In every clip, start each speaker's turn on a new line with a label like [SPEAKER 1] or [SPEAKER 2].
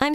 [SPEAKER 1] I'm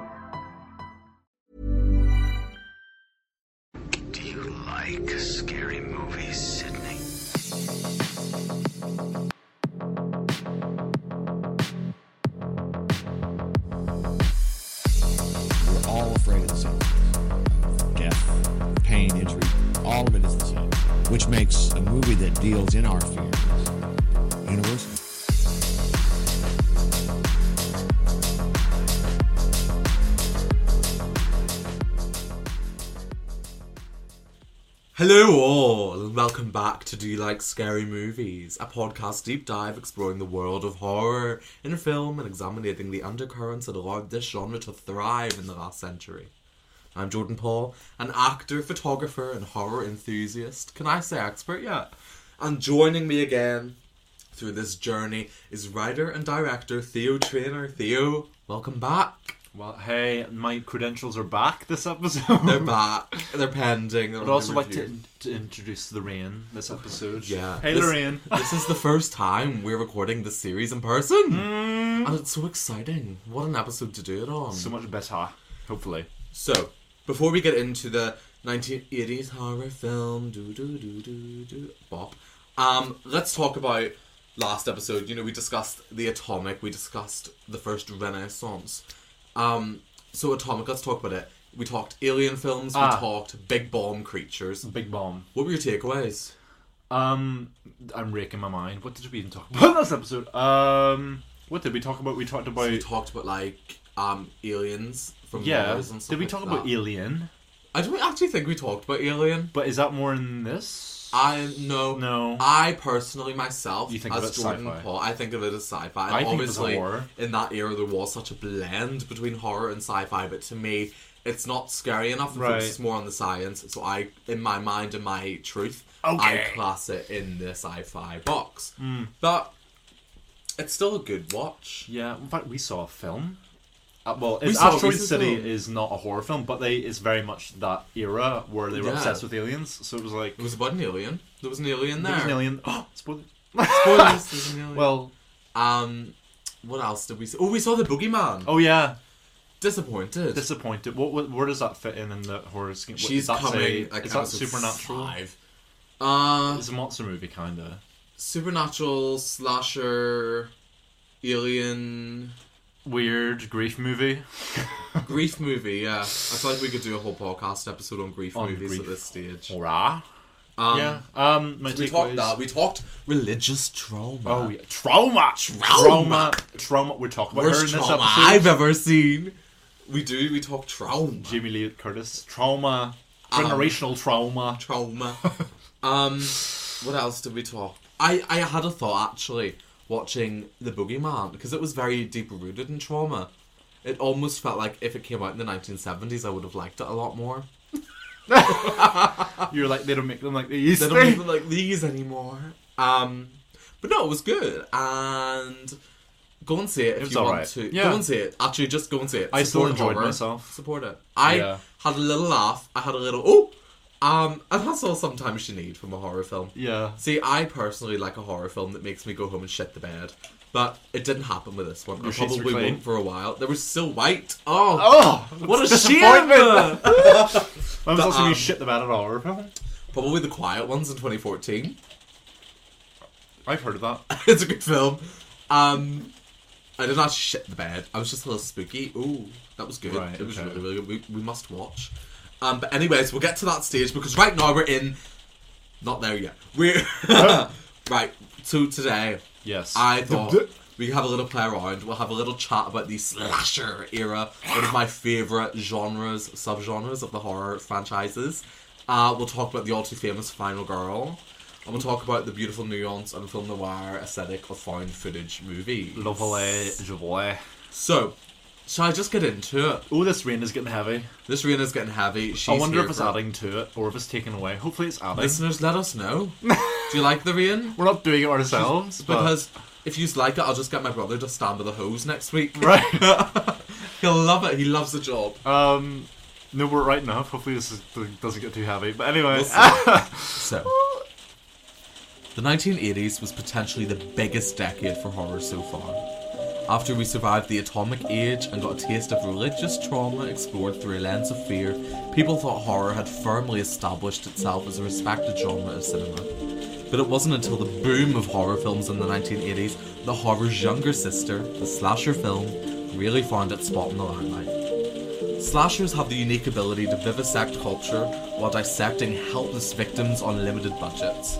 [SPEAKER 2] Do you like scary movies, Sydney?
[SPEAKER 3] We're all afraid of the same. Death, pain, injury, all of it is the same, which makes a movie that deals in our fears universal.
[SPEAKER 4] Hello, all, and welcome back to Do You Like Scary Movies, a podcast deep dive exploring the world of horror in film and examining the undercurrents that allowed this genre to thrive in the last century. I'm Jordan Paul, an actor, photographer, and horror enthusiast. Can I say expert yet? And joining me again through this journey is writer and director Theo Trainer. Theo, welcome back.
[SPEAKER 5] Well, hey, my credentials are back this episode.
[SPEAKER 4] They're back. They're pending. They're
[SPEAKER 5] I'd also like to,
[SPEAKER 4] reviewed.
[SPEAKER 5] to introduce Lorraine this episode.
[SPEAKER 4] Yeah.
[SPEAKER 5] Hey,
[SPEAKER 4] This-
[SPEAKER 5] Lorraine.
[SPEAKER 4] This is the first time we're recording this series in person. And it's so exciting. What an episode to do it on.
[SPEAKER 5] Mm.
[SPEAKER 4] So,
[SPEAKER 5] so much better, hopefully.
[SPEAKER 4] before we get into the 1980s horror film, do do do do do bop, um, let's talk about last episode. You know, we discussed the atomic, we discussed the first Renaissance. Um, so, atomic, let's talk about it. We talked alien films, we
[SPEAKER 5] Ah.
[SPEAKER 4] talked big bomb creatures.
[SPEAKER 5] Big bomb.
[SPEAKER 4] What were your takeaways?
[SPEAKER 5] Um, I'm raking my mind. What did we even talk about last episode? Um, what did we talk about? We talked about.
[SPEAKER 4] We talked about like um aliens from
[SPEAKER 5] yeah.
[SPEAKER 4] Mars and stuff
[SPEAKER 5] Did we
[SPEAKER 4] like
[SPEAKER 5] talk
[SPEAKER 4] that.
[SPEAKER 5] about Alien?
[SPEAKER 4] I don't actually think we talked about Alien.
[SPEAKER 5] But is that more in this?
[SPEAKER 4] I no
[SPEAKER 5] No.
[SPEAKER 4] I personally myself
[SPEAKER 5] You think of
[SPEAKER 4] as
[SPEAKER 5] it
[SPEAKER 4] Jordan
[SPEAKER 5] sci-fi.
[SPEAKER 4] Paul, I think of it as sci-fi. And
[SPEAKER 5] I think of it as
[SPEAKER 4] obviously
[SPEAKER 5] horror.
[SPEAKER 4] in that era there was such a blend between horror and sci-fi, but to me it's not scary enough. It
[SPEAKER 5] Right.
[SPEAKER 4] focuses more on the science. So I in my mind and my truth I
[SPEAKER 5] Okay. Hmm.
[SPEAKER 4] class it in the sci-fi box. But it's still a good watch.
[SPEAKER 5] Yeah, in fact, we saw a film. Uh, well,
[SPEAKER 4] We
[SPEAKER 5] it's
[SPEAKER 4] saw a
[SPEAKER 5] Asteroid
[SPEAKER 4] recent
[SPEAKER 5] City
[SPEAKER 4] film.
[SPEAKER 5] is not a horror film, but they it's very much that era where they were
[SPEAKER 4] Yeah.
[SPEAKER 5] obsessed with aliens. So it was like
[SPEAKER 4] It was about an alien. There was an alien there.
[SPEAKER 5] There was an alien. Oh, spoilers.
[SPEAKER 4] Spoilers, there's an alien.
[SPEAKER 5] well,
[SPEAKER 4] Um, what else did we see? Oh, we saw the Boogeyman.
[SPEAKER 5] oh yeah,
[SPEAKER 4] Disappointed.
[SPEAKER 5] disappointed. What, what where does that fit in in the horror scheme? What-
[SPEAKER 4] She's
[SPEAKER 5] that's
[SPEAKER 4] coming.
[SPEAKER 5] A,
[SPEAKER 4] like,
[SPEAKER 5] is that
[SPEAKER 4] episode
[SPEAKER 5] supernatural?
[SPEAKER 4] Five. Uh,
[SPEAKER 5] It's a monster movie, kinda.
[SPEAKER 4] supernatural slasher, alien,
[SPEAKER 5] Weird grief movie.
[SPEAKER 4] grief movie. Yeah, I feel like we could do a whole podcast episode on grief
[SPEAKER 5] On
[SPEAKER 4] movies at
[SPEAKER 5] grief.
[SPEAKER 4] this stage.
[SPEAKER 5] Horror.
[SPEAKER 4] Um,
[SPEAKER 5] yeah. Um. My
[SPEAKER 4] We talked
[SPEAKER 5] takeaways-
[SPEAKER 4] that. We talked religious trauma.
[SPEAKER 5] Oh yeah. Trauma.
[SPEAKER 4] Trauma.
[SPEAKER 5] Trauma. Trauma. We're talking about her
[SPEAKER 4] worst
[SPEAKER 5] in this
[SPEAKER 4] trauma
[SPEAKER 5] episode.
[SPEAKER 4] I've ever seen. We do. We talk trauma.
[SPEAKER 5] Jamie Lee Curtis. Trauma.
[SPEAKER 4] Um,
[SPEAKER 5] Generational trauma.
[SPEAKER 4] trauma. um, what else did we talk? I, I had a thought actually watching The Boogeyman because it was very deep rooted in trauma. It almost felt like if it came out in the 1970s, I would have liked it a lot more.
[SPEAKER 5] You're like they don't make them like they used
[SPEAKER 4] They
[SPEAKER 5] to.
[SPEAKER 4] don't even like these anymore. Um, but no, it was good. And go and see it if
[SPEAKER 5] was
[SPEAKER 4] you want
[SPEAKER 5] alright.
[SPEAKER 4] to.
[SPEAKER 5] Yeah.
[SPEAKER 4] Go and see it. Actually, just go and see it.
[SPEAKER 5] I still
[SPEAKER 4] Support
[SPEAKER 5] enjoyed myself.
[SPEAKER 4] Support it. I
[SPEAKER 5] Yeah.
[SPEAKER 4] had a little laugh. I had a little oh, um, and that's all sometimes you need from a horror film.
[SPEAKER 5] Yeah.
[SPEAKER 4] See, I personally like a horror film that makes me go home and shit the bed. But it didn't happen with this one. It
[SPEAKER 5] Your sheets were
[SPEAKER 4] probably
[SPEAKER 5] clean?
[SPEAKER 4] won't for a while. They were still white. Oh,
[SPEAKER 5] Oh,
[SPEAKER 4] what a shame!
[SPEAKER 5] disappointment. I'm supposed to
[SPEAKER 4] um,
[SPEAKER 5] be shit the bad at all. remember?
[SPEAKER 4] probably the quiet ones in 2014.
[SPEAKER 5] I've heard of that.
[SPEAKER 4] it's a good film. Um, I did not shit the bed. I was just a little spooky. Ooh, that was good.
[SPEAKER 5] Right,
[SPEAKER 4] it was
[SPEAKER 5] okay.
[SPEAKER 4] really, really good. We, we must watch. Um, but anyways, we'll get to that stage because right now we're in. Not there yet. We're right. So today,
[SPEAKER 5] Yes.
[SPEAKER 4] I thought we could have a little play around. We'll have a little chat about the slasher era, one of my favorite genres, subgenres of the horror franchises. Uh, we'll talk about the all too famous Final Girl, and we'll talk about the beautiful nuance and film noir aesthetic of found footage movies.
[SPEAKER 5] Lovely, Javoy.
[SPEAKER 4] So, shall I just get into it?
[SPEAKER 5] Oh, this rain is getting heavy.
[SPEAKER 4] This Rihanna's getting heavy. She's
[SPEAKER 5] I wonder
[SPEAKER 4] here
[SPEAKER 5] if it's
[SPEAKER 4] for-
[SPEAKER 5] adding to it or if it's taken away. Hopefully, it's adding.
[SPEAKER 4] Listeners, let us know. Do you like the rain?
[SPEAKER 5] We're not doing it ourselves, but
[SPEAKER 4] Because if you like it, I'll just get my brother to stand with a hose next week.
[SPEAKER 5] right.
[SPEAKER 4] He'll love it. He loves the job.
[SPEAKER 5] Um, no, we're right enough. Hopefully, this is, doesn't get too heavy. But anyway,
[SPEAKER 4] So, the 1980s was potentially the biggest decade for horror so far. After we survived the atomic age and got a taste of religious trauma explored through a lens of fear, people thought horror had firmly established itself as a respected genre of cinema. But it wasn't until the boom of horror films in the 1980s that horror's younger sister, the slasher film, really found its spot in the limelight. Slashers have the unique ability to vivisect culture while dissecting helpless victims on limited budgets.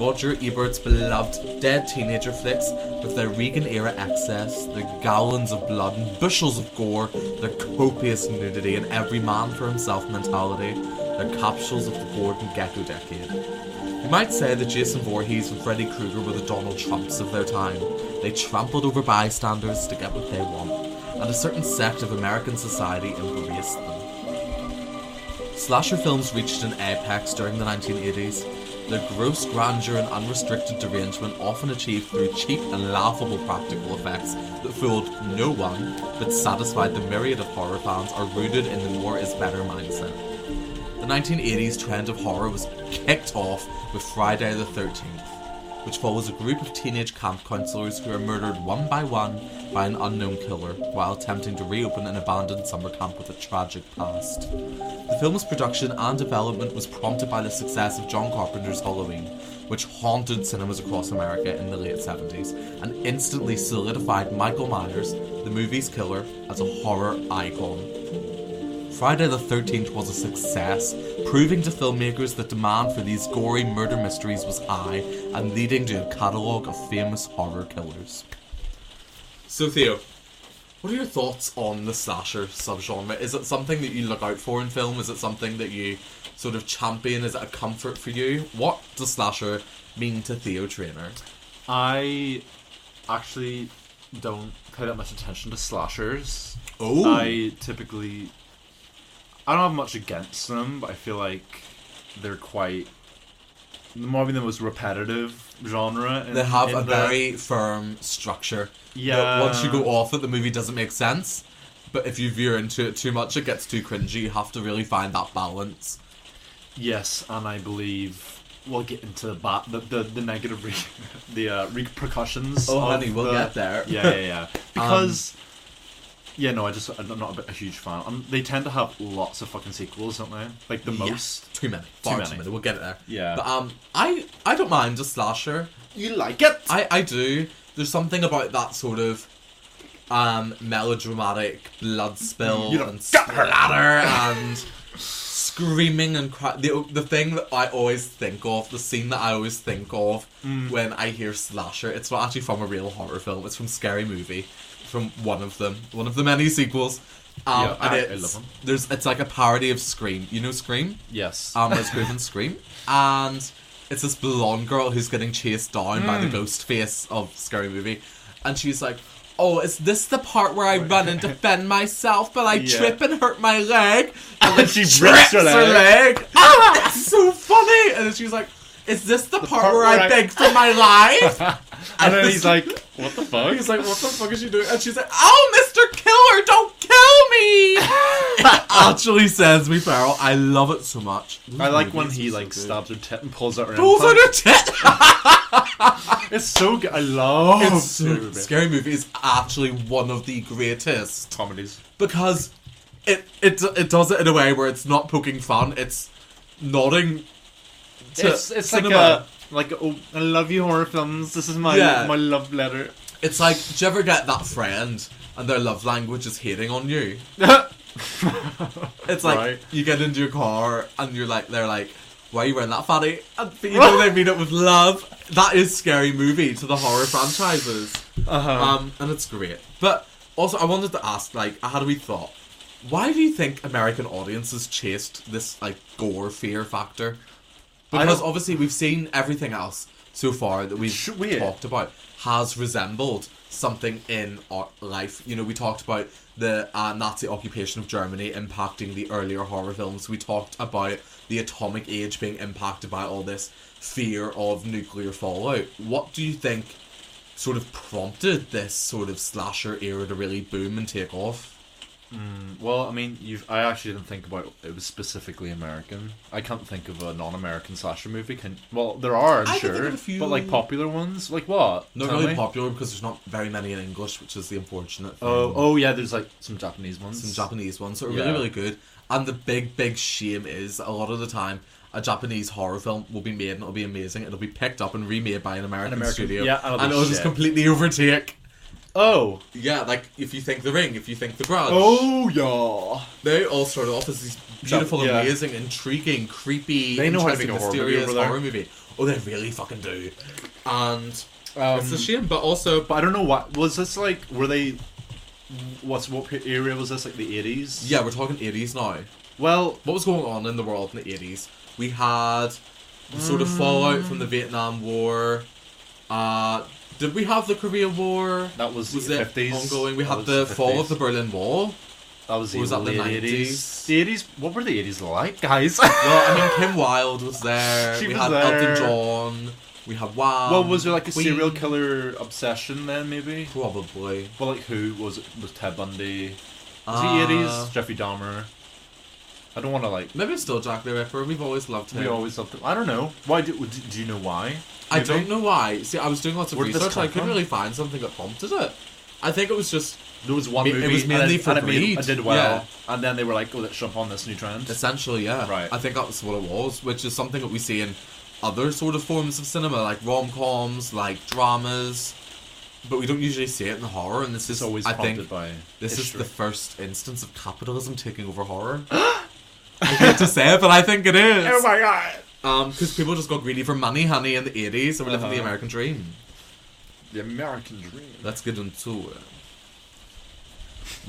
[SPEAKER 4] Roger Ebert's beloved dead teenager flicks, with their Regan era excess, their gallons of blood and bushels of gore, their copious nudity and every man for himself mentality, their capsules of the Gordon Gecko decade. You might say that Jason Voorhees and Freddy Krueger were the Donald Trumps of their time. They trampled over bystanders to get what they want, and a certain sect of American society embraced them. Slasher films reached an apex during the 1980s. Their gross grandeur and unrestricted derangement, often achieved through cheap and laughable practical effects that fooled no one but satisfied the myriad of horror fans, are rooted in the more is better mindset. The 1980s trend of horror was kicked off with Friday the 13th, which follows a group of teenage camp counselors who are murdered one by one by an unknown killer while attempting to reopen an abandoned summer camp with a tragic past. The film's production and development was prompted by the success of John Carpenter's Halloween, which haunted cinemas across America in the late 70s and instantly solidified Michael Myers, the movie's killer, as a horror icon. Friday the 13th was a success, proving to filmmakers that demand for these gory murder mysteries was high and leading to a catalogue of famous horror killers. So, Theo, what are your thoughts on the slasher subgenre? Is it something that you look out for in film? Is it something that you sort of champion? Is it a comfort for you? What does slasher mean to Theo Trainer?
[SPEAKER 5] I actually don't pay that much attention to slashers.
[SPEAKER 4] Oh.
[SPEAKER 5] I typically I don't have much against them, but I feel like they're quite probably the most repetitive genre. In,
[SPEAKER 4] They have
[SPEAKER 5] in
[SPEAKER 4] a
[SPEAKER 5] the-
[SPEAKER 4] very firm structure.
[SPEAKER 5] Yeah.
[SPEAKER 4] That Once you go off it, the movie doesn't make sense. But if you veer into it too much, it gets too cringy. You have to really find that balance.
[SPEAKER 5] yes, and I believe we'll get into the ba- the, the, the negative re- the uh, repercussions.
[SPEAKER 4] Oh,
[SPEAKER 5] of
[SPEAKER 4] honey, we'll
[SPEAKER 5] the-
[SPEAKER 4] get there. Um,
[SPEAKER 5] Yeah, yeah, yeah. Because. yeah, no, I just I'm not a, bit- a huge fan. Um, they tend to have lots of fucking sequels, don't they? Like the most.
[SPEAKER 4] Yes, too many, far too many.
[SPEAKER 5] many.
[SPEAKER 4] We'll get it there.
[SPEAKER 5] Yeah.
[SPEAKER 4] But um, I I don't mind a slasher.
[SPEAKER 5] You like it?
[SPEAKER 4] I I do. There's something about that sort of um melodramatic blood spill
[SPEAKER 5] You don't
[SPEAKER 4] and
[SPEAKER 5] got her.
[SPEAKER 4] splatter and screaming and cry. The the thing that I always think of, the scene that I always think of
[SPEAKER 5] Hmm.
[SPEAKER 4] when I hear slasher. It's not actually from a real horror film. It's from Scary Movie, from one of them, one of the many sequels. Um,
[SPEAKER 5] Yeah,
[SPEAKER 4] and
[SPEAKER 5] I- I
[SPEAKER 4] it's,
[SPEAKER 5] love 'em.
[SPEAKER 4] There's it's like a parody of Scream. You know Scream.
[SPEAKER 5] Yes.
[SPEAKER 4] Um, Liz Griffin Scream. And it's this Hmm. blonde girl who's getting chased down by the ghost face of Scary Movie. And she's like, oh, is this the part where I run and defend myself, but I
[SPEAKER 5] Yeah.
[SPEAKER 4] trip and hurt my leg? And
[SPEAKER 5] And she rips her leg.
[SPEAKER 4] Ah, that's so funny! And then she's like, is this the, part,
[SPEAKER 5] part
[SPEAKER 4] where,
[SPEAKER 5] where
[SPEAKER 4] I,
[SPEAKER 5] I-
[SPEAKER 4] beg for my life?
[SPEAKER 5] And then he's like, "What the fuck?"
[SPEAKER 4] He's like, what the fuck is she doing? And she's like, oh, Mr. Killer, don't kill me! it actually sends me feral. I love it so much.
[SPEAKER 5] I like when he like stabs her tit and pulls out her.
[SPEAKER 4] Pulls on her
[SPEAKER 5] implant.
[SPEAKER 4] tit!
[SPEAKER 5] It's so good. I love
[SPEAKER 4] It's so
[SPEAKER 5] Scary Movie.
[SPEAKER 4] Oh, Scary Movie is actually one of the greatest
[SPEAKER 5] comedies.
[SPEAKER 4] because it it it does it in a way where it's not poking fun. It's nodding. To
[SPEAKER 5] it's it's like
[SPEAKER 4] cinema.
[SPEAKER 5] a like a, oh, I love you horror films. This is my
[SPEAKER 4] Yeah.
[SPEAKER 5] my love letter.
[SPEAKER 4] It's like, do you ever get that friend and their love language is hating on you? It's like
[SPEAKER 5] Right.
[SPEAKER 4] you get into your car and you're like, they're like, why are you wearing that fatty? And but you know they mean it with love. That is scary movie to the horror franchises,
[SPEAKER 5] Uh-huh.
[SPEAKER 4] um, and it's great. But also, I wanted to ask, like, I had a wee thought. Why do you think American audiences chased this like gore fear factor?
[SPEAKER 5] I
[SPEAKER 4] Because
[SPEAKER 5] don't-
[SPEAKER 4] obviously we've seen everything else so far that we've
[SPEAKER 5] It's weird.
[SPEAKER 4] talked about has resembled something in our life. You know, we talked about the uh, Nazi occupation of Germany impacting the earlier horror films. We talked about the atomic age being impacted by all this fear of nuclear fallout. What do you think sort of prompted this sort of slasher era to really boom and take off?
[SPEAKER 5] Well, I mean, you've I actually didn't think about it was specifically American. I can't think of a non-American slasher movie. Can well, there are, I'm
[SPEAKER 4] I can
[SPEAKER 5] sure,
[SPEAKER 4] think of a few-
[SPEAKER 5] but like popular ones, like what?
[SPEAKER 4] Not
[SPEAKER 5] Tell
[SPEAKER 4] really
[SPEAKER 5] me.
[SPEAKER 4] popular because there's not very many in English, which is the unfortunate thing.
[SPEAKER 5] Oh, oh yeah, there's like some Japanese ones.
[SPEAKER 4] some Japanese ones that are
[SPEAKER 5] Yeah.
[SPEAKER 4] really, really good. And the big, big shame is a lot of the time a Japanese horror film will be made and it'll be amazing. It'll be picked up and remade by an American,
[SPEAKER 5] American-
[SPEAKER 4] studio.
[SPEAKER 5] yeah, and it'll be
[SPEAKER 4] and it'll just
[SPEAKER 5] shit.
[SPEAKER 4] completely overtake.
[SPEAKER 5] Oh,
[SPEAKER 4] Yeah, like if you think The Ring, if you think The Grudge.
[SPEAKER 5] oh yeah.
[SPEAKER 4] They all start off as these beautiful,
[SPEAKER 5] Yeah.
[SPEAKER 4] amazing, intriguing, creepy,
[SPEAKER 5] They know how to
[SPEAKER 4] interesting,
[SPEAKER 5] make a horror movie
[SPEAKER 4] mysterious
[SPEAKER 5] over there.
[SPEAKER 4] horror movie. Oh, they really fucking do. And it's
[SPEAKER 5] Um,
[SPEAKER 4] a shame, but also...
[SPEAKER 5] But I don't know what was this like. Were they? What's what area was this? Like the eighties?
[SPEAKER 4] Yeah, we're talking 80s now.
[SPEAKER 5] Well,
[SPEAKER 4] what was going on in the world in the 80s? We had the sort of fallout from the Vietnam War. Uh, did we have the Korean War?
[SPEAKER 5] That was
[SPEAKER 4] was
[SPEAKER 5] the
[SPEAKER 4] it
[SPEAKER 5] 50s.
[SPEAKER 4] ongoing. We
[SPEAKER 5] That
[SPEAKER 4] had
[SPEAKER 5] was
[SPEAKER 4] the
[SPEAKER 5] the
[SPEAKER 4] fall of
[SPEAKER 5] 50s.
[SPEAKER 4] the Berlin Wall.
[SPEAKER 5] that was,
[SPEAKER 4] Or was
[SPEAKER 5] the
[SPEAKER 4] that the Um,
[SPEAKER 5] late
[SPEAKER 4] 90s?
[SPEAKER 5] eighties. The eighties. What were the eighties like, guys?
[SPEAKER 4] Well, I mean, Kim Wilde was there.
[SPEAKER 5] She
[SPEAKER 4] we
[SPEAKER 5] was
[SPEAKER 4] had Elton
[SPEAKER 5] there.
[SPEAKER 4] John. We had Wham.
[SPEAKER 5] well, was there like a
[SPEAKER 4] Queen.
[SPEAKER 5] serial killer obsession then? Maybe.
[SPEAKER 4] Probably.
[SPEAKER 5] Well, like who was it? Was Ted Bundy? Was
[SPEAKER 4] Uh,
[SPEAKER 5] he eighties? Jeffrey Dahmer. I don't want to like.
[SPEAKER 4] Maybe it's still Jack the Ripper. We've always loved him.
[SPEAKER 5] We always loved him. I don't know. Why do? Do, do you know why?
[SPEAKER 4] I
[SPEAKER 5] Maybe?
[SPEAKER 4] don't know why. See, I was doing lots of
[SPEAKER 5] Where did this
[SPEAKER 4] research. I
[SPEAKER 5] come
[SPEAKER 4] couldn't
[SPEAKER 5] from?
[SPEAKER 4] really find something that prompted it. I think it was just
[SPEAKER 5] There was one
[SPEAKER 4] Ma- it
[SPEAKER 5] movie.
[SPEAKER 4] was mainly
[SPEAKER 5] and it,
[SPEAKER 4] for
[SPEAKER 5] and it made-
[SPEAKER 4] greed.
[SPEAKER 5] I did well, and then they were like, "Oh, let's jump on this new trend."
[SPEAKER 4] Essentially, yeah.
[SPEAKER 5] Right.
[SPEAKER 4] I think that's what it was, which is something that we see in other sort of forms of cinema, like rom coms, like dramas, but we don't usually see it in horror. And this is
[SPEAKER 5] It's always
[SPEAKER 4] I
[SPEAKER 5] prompted
[SPEAKER 4] think
[SPEAKER 5] by
[SPEAKER 4] this
[SPEAKER 5] history.
[SPEAKER 4] is the first instance of capitalism taking over horror. I hate to say it, but I think it is. Oh my god! Because people just got greedy for money, honey, in the eighties, and we're living the
[SPEAKER 5] Uh-huh.
[SPEAKER 4] American dream.
[SPEAKER 5] the American dream.
[SPEAKER 4] Let's get into it.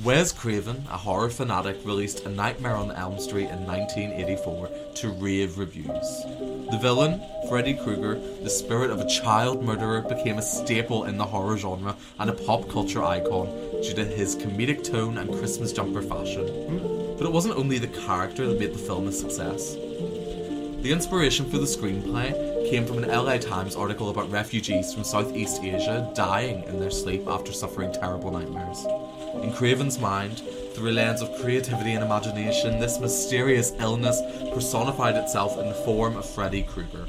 [SPEAKER 4] Wes Craven, a horror fanatic, released A Nightmare on Elm Street in 1984 to rave reviews. The villain, Freddy Krueger, the spirit of a child murderer, became a staple in the horror genre and a pop culture icon due to his comedic tone and Christmas jumper fashion. But it wasn't only the character that made the film a success. The inspiration for the screenplay came from an LA Times article about refugees from Southeast Asia dying in their sleep after suffering terrible nightmares. In Craven's mind, through a lens of creativity and imagination, this mysterious illness personified itself in the form of Freddy Krueger.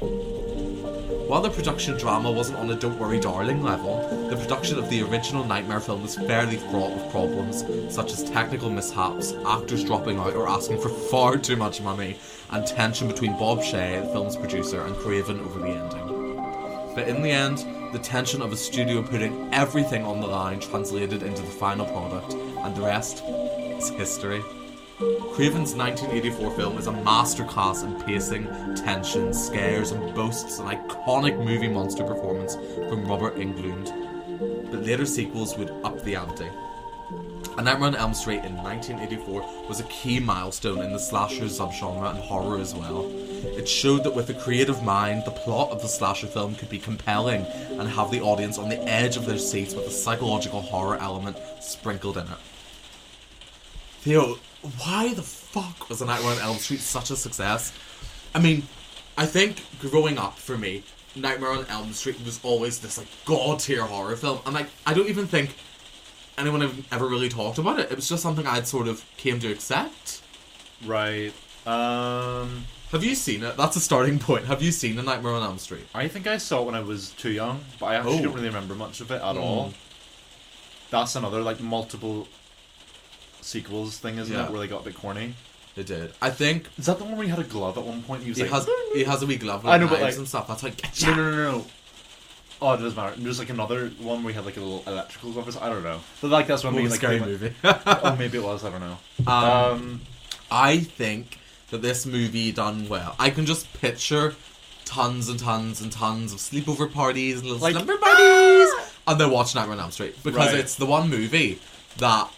[SPEAKER 4] While the production drama wasn't on a Don't Worry Darling level, the production of the original Nightmare film was fairly fraught with problems, such as technical mishaps, actors dropping out or asking for far too much money, and tension between Bob Shea, the film's producer, and Craven over the ending. But in the end, the tension of a studio putting everything on the line translated into the final product, and the rest is history. Craven's 1984 film is a masterclass in pacing, tension, scares, and boasts an iconic movie monster performance from Robert Englund. But later sequels would up the ante. A Nightmare on Elm Street in 1984 was a key milestone in the slasher subgenre and horror as well. It showed that with a creative mind, the plot of the slasher film could be compelling and have the audience on the edge of their seats with a psychological horror element sprinkled in it. Theo, why the fuck was A Nightmare on Elm Street such a success? I mean, I think growing up for me, Nightmare on Elm Street was always this like god tier horror film, and like I don't even think anyone have ever really talked about it. It was just something I'd sort of came to accept.
[SPEAKER 5] Right. Um,
[SPEAKER 4] Have you seen it? That's a starting point. Have you seen A Nightmare on Elm Street?
[SPEAKER 5] I think I saw it when I was too young, but I actually
[SPEAKER 4] Oh. Hmm.
[SPEAKER 5] don't really remember much of it at all. That's another like multiple sequels thing, isn't
[SPEAKER 4] Yeah.
[SPEAKER 5] it? Where they got a bit corny.
[SPEAKER 4] It did. I think
[SPEAKER 5] Is that the one where he had a glove at one point? and He was
[SPEAKER 4] it
[SPEAKER 5] like,
[SPEAKER 4] has it has a wee glove with
[SPEAKER 5] I know,
[SPEAKER 4] knives
[SPEAKER 5] but, like-
[SPEAKER 4] and stuff. That's like
[SPEAKER 5] No, no, no, no. Oh, it doesn't matter. There's like another one where he had like a little electrical glove. or something. I don't know. But like that's when
[SPEAKER 4] What
[SPEAKER 5] we
[SPEAKER 4] was
[SPEAKER 5] like
[SPEAKER 4] scary
[SPEAKER 5] came-
[SPEAKER 4] movie.
[SPEAKER 5] oh, maybe it was. I don't know. Um,
[SPEAKER 4] I think that this movie done well. I can just picture tons and tons and tons of sleepover parties and little
[SPEAKER 5] Like,
[SPEAKER 4] slumber buddies, and then watch Nightmare on Elm Street because
[SPEAKER 5] Right.
[SPEAKER 4] it's the one movie that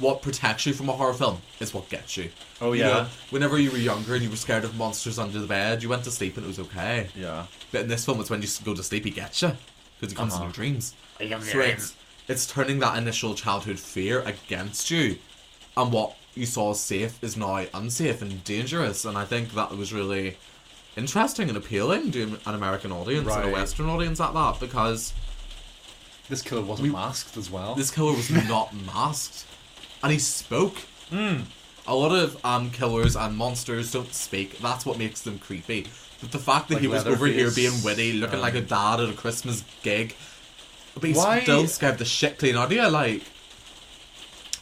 [SPEAKER 4] what protects you from a horror film is what gets you.
[SPEAKER 5] Oh,
[SPEAKER 4] You
[SPEAKER 5] yeah.
[SPEAKER 4] know, whenever you were younger and you were scared of monsters under the bed, you went to sleep and it was okay.
[SPEAKER 5] yeah.
[SPEAKER 4] But in this film, it's when you s- go to sleep, he gets you because he comes Uh-huh. in your dreams. So it's, it's turning that initial childhood fear against you, and what you saw as safe is now unsafe and dangerous. And I think that was really interesting and appealing to an American audience and
[SPEAKER 5] Right.
[SPEAKER 4] a Western audience at that because
[SPEAKER 5] This killer wasn't masked as well.
[SPEAKER 4] this killer was not masked, and he spoke.
[SPEAKER 5] Hmm.
[SPEAKER 4] A lot of um, killers and monsters don't speak. That's what makes them creepy. But the fact that
[SPEAKER 5] Like
[SPEAKER 4] he was over here
[SPEAKER 5] Leatherface, Oh.
[SPEAKER 4] being witty, looking like a dad at a Christmas gig, but he
[SPEAKER 5] Why-
[SPEAKER 4] still scared the shit clean out of you. Like,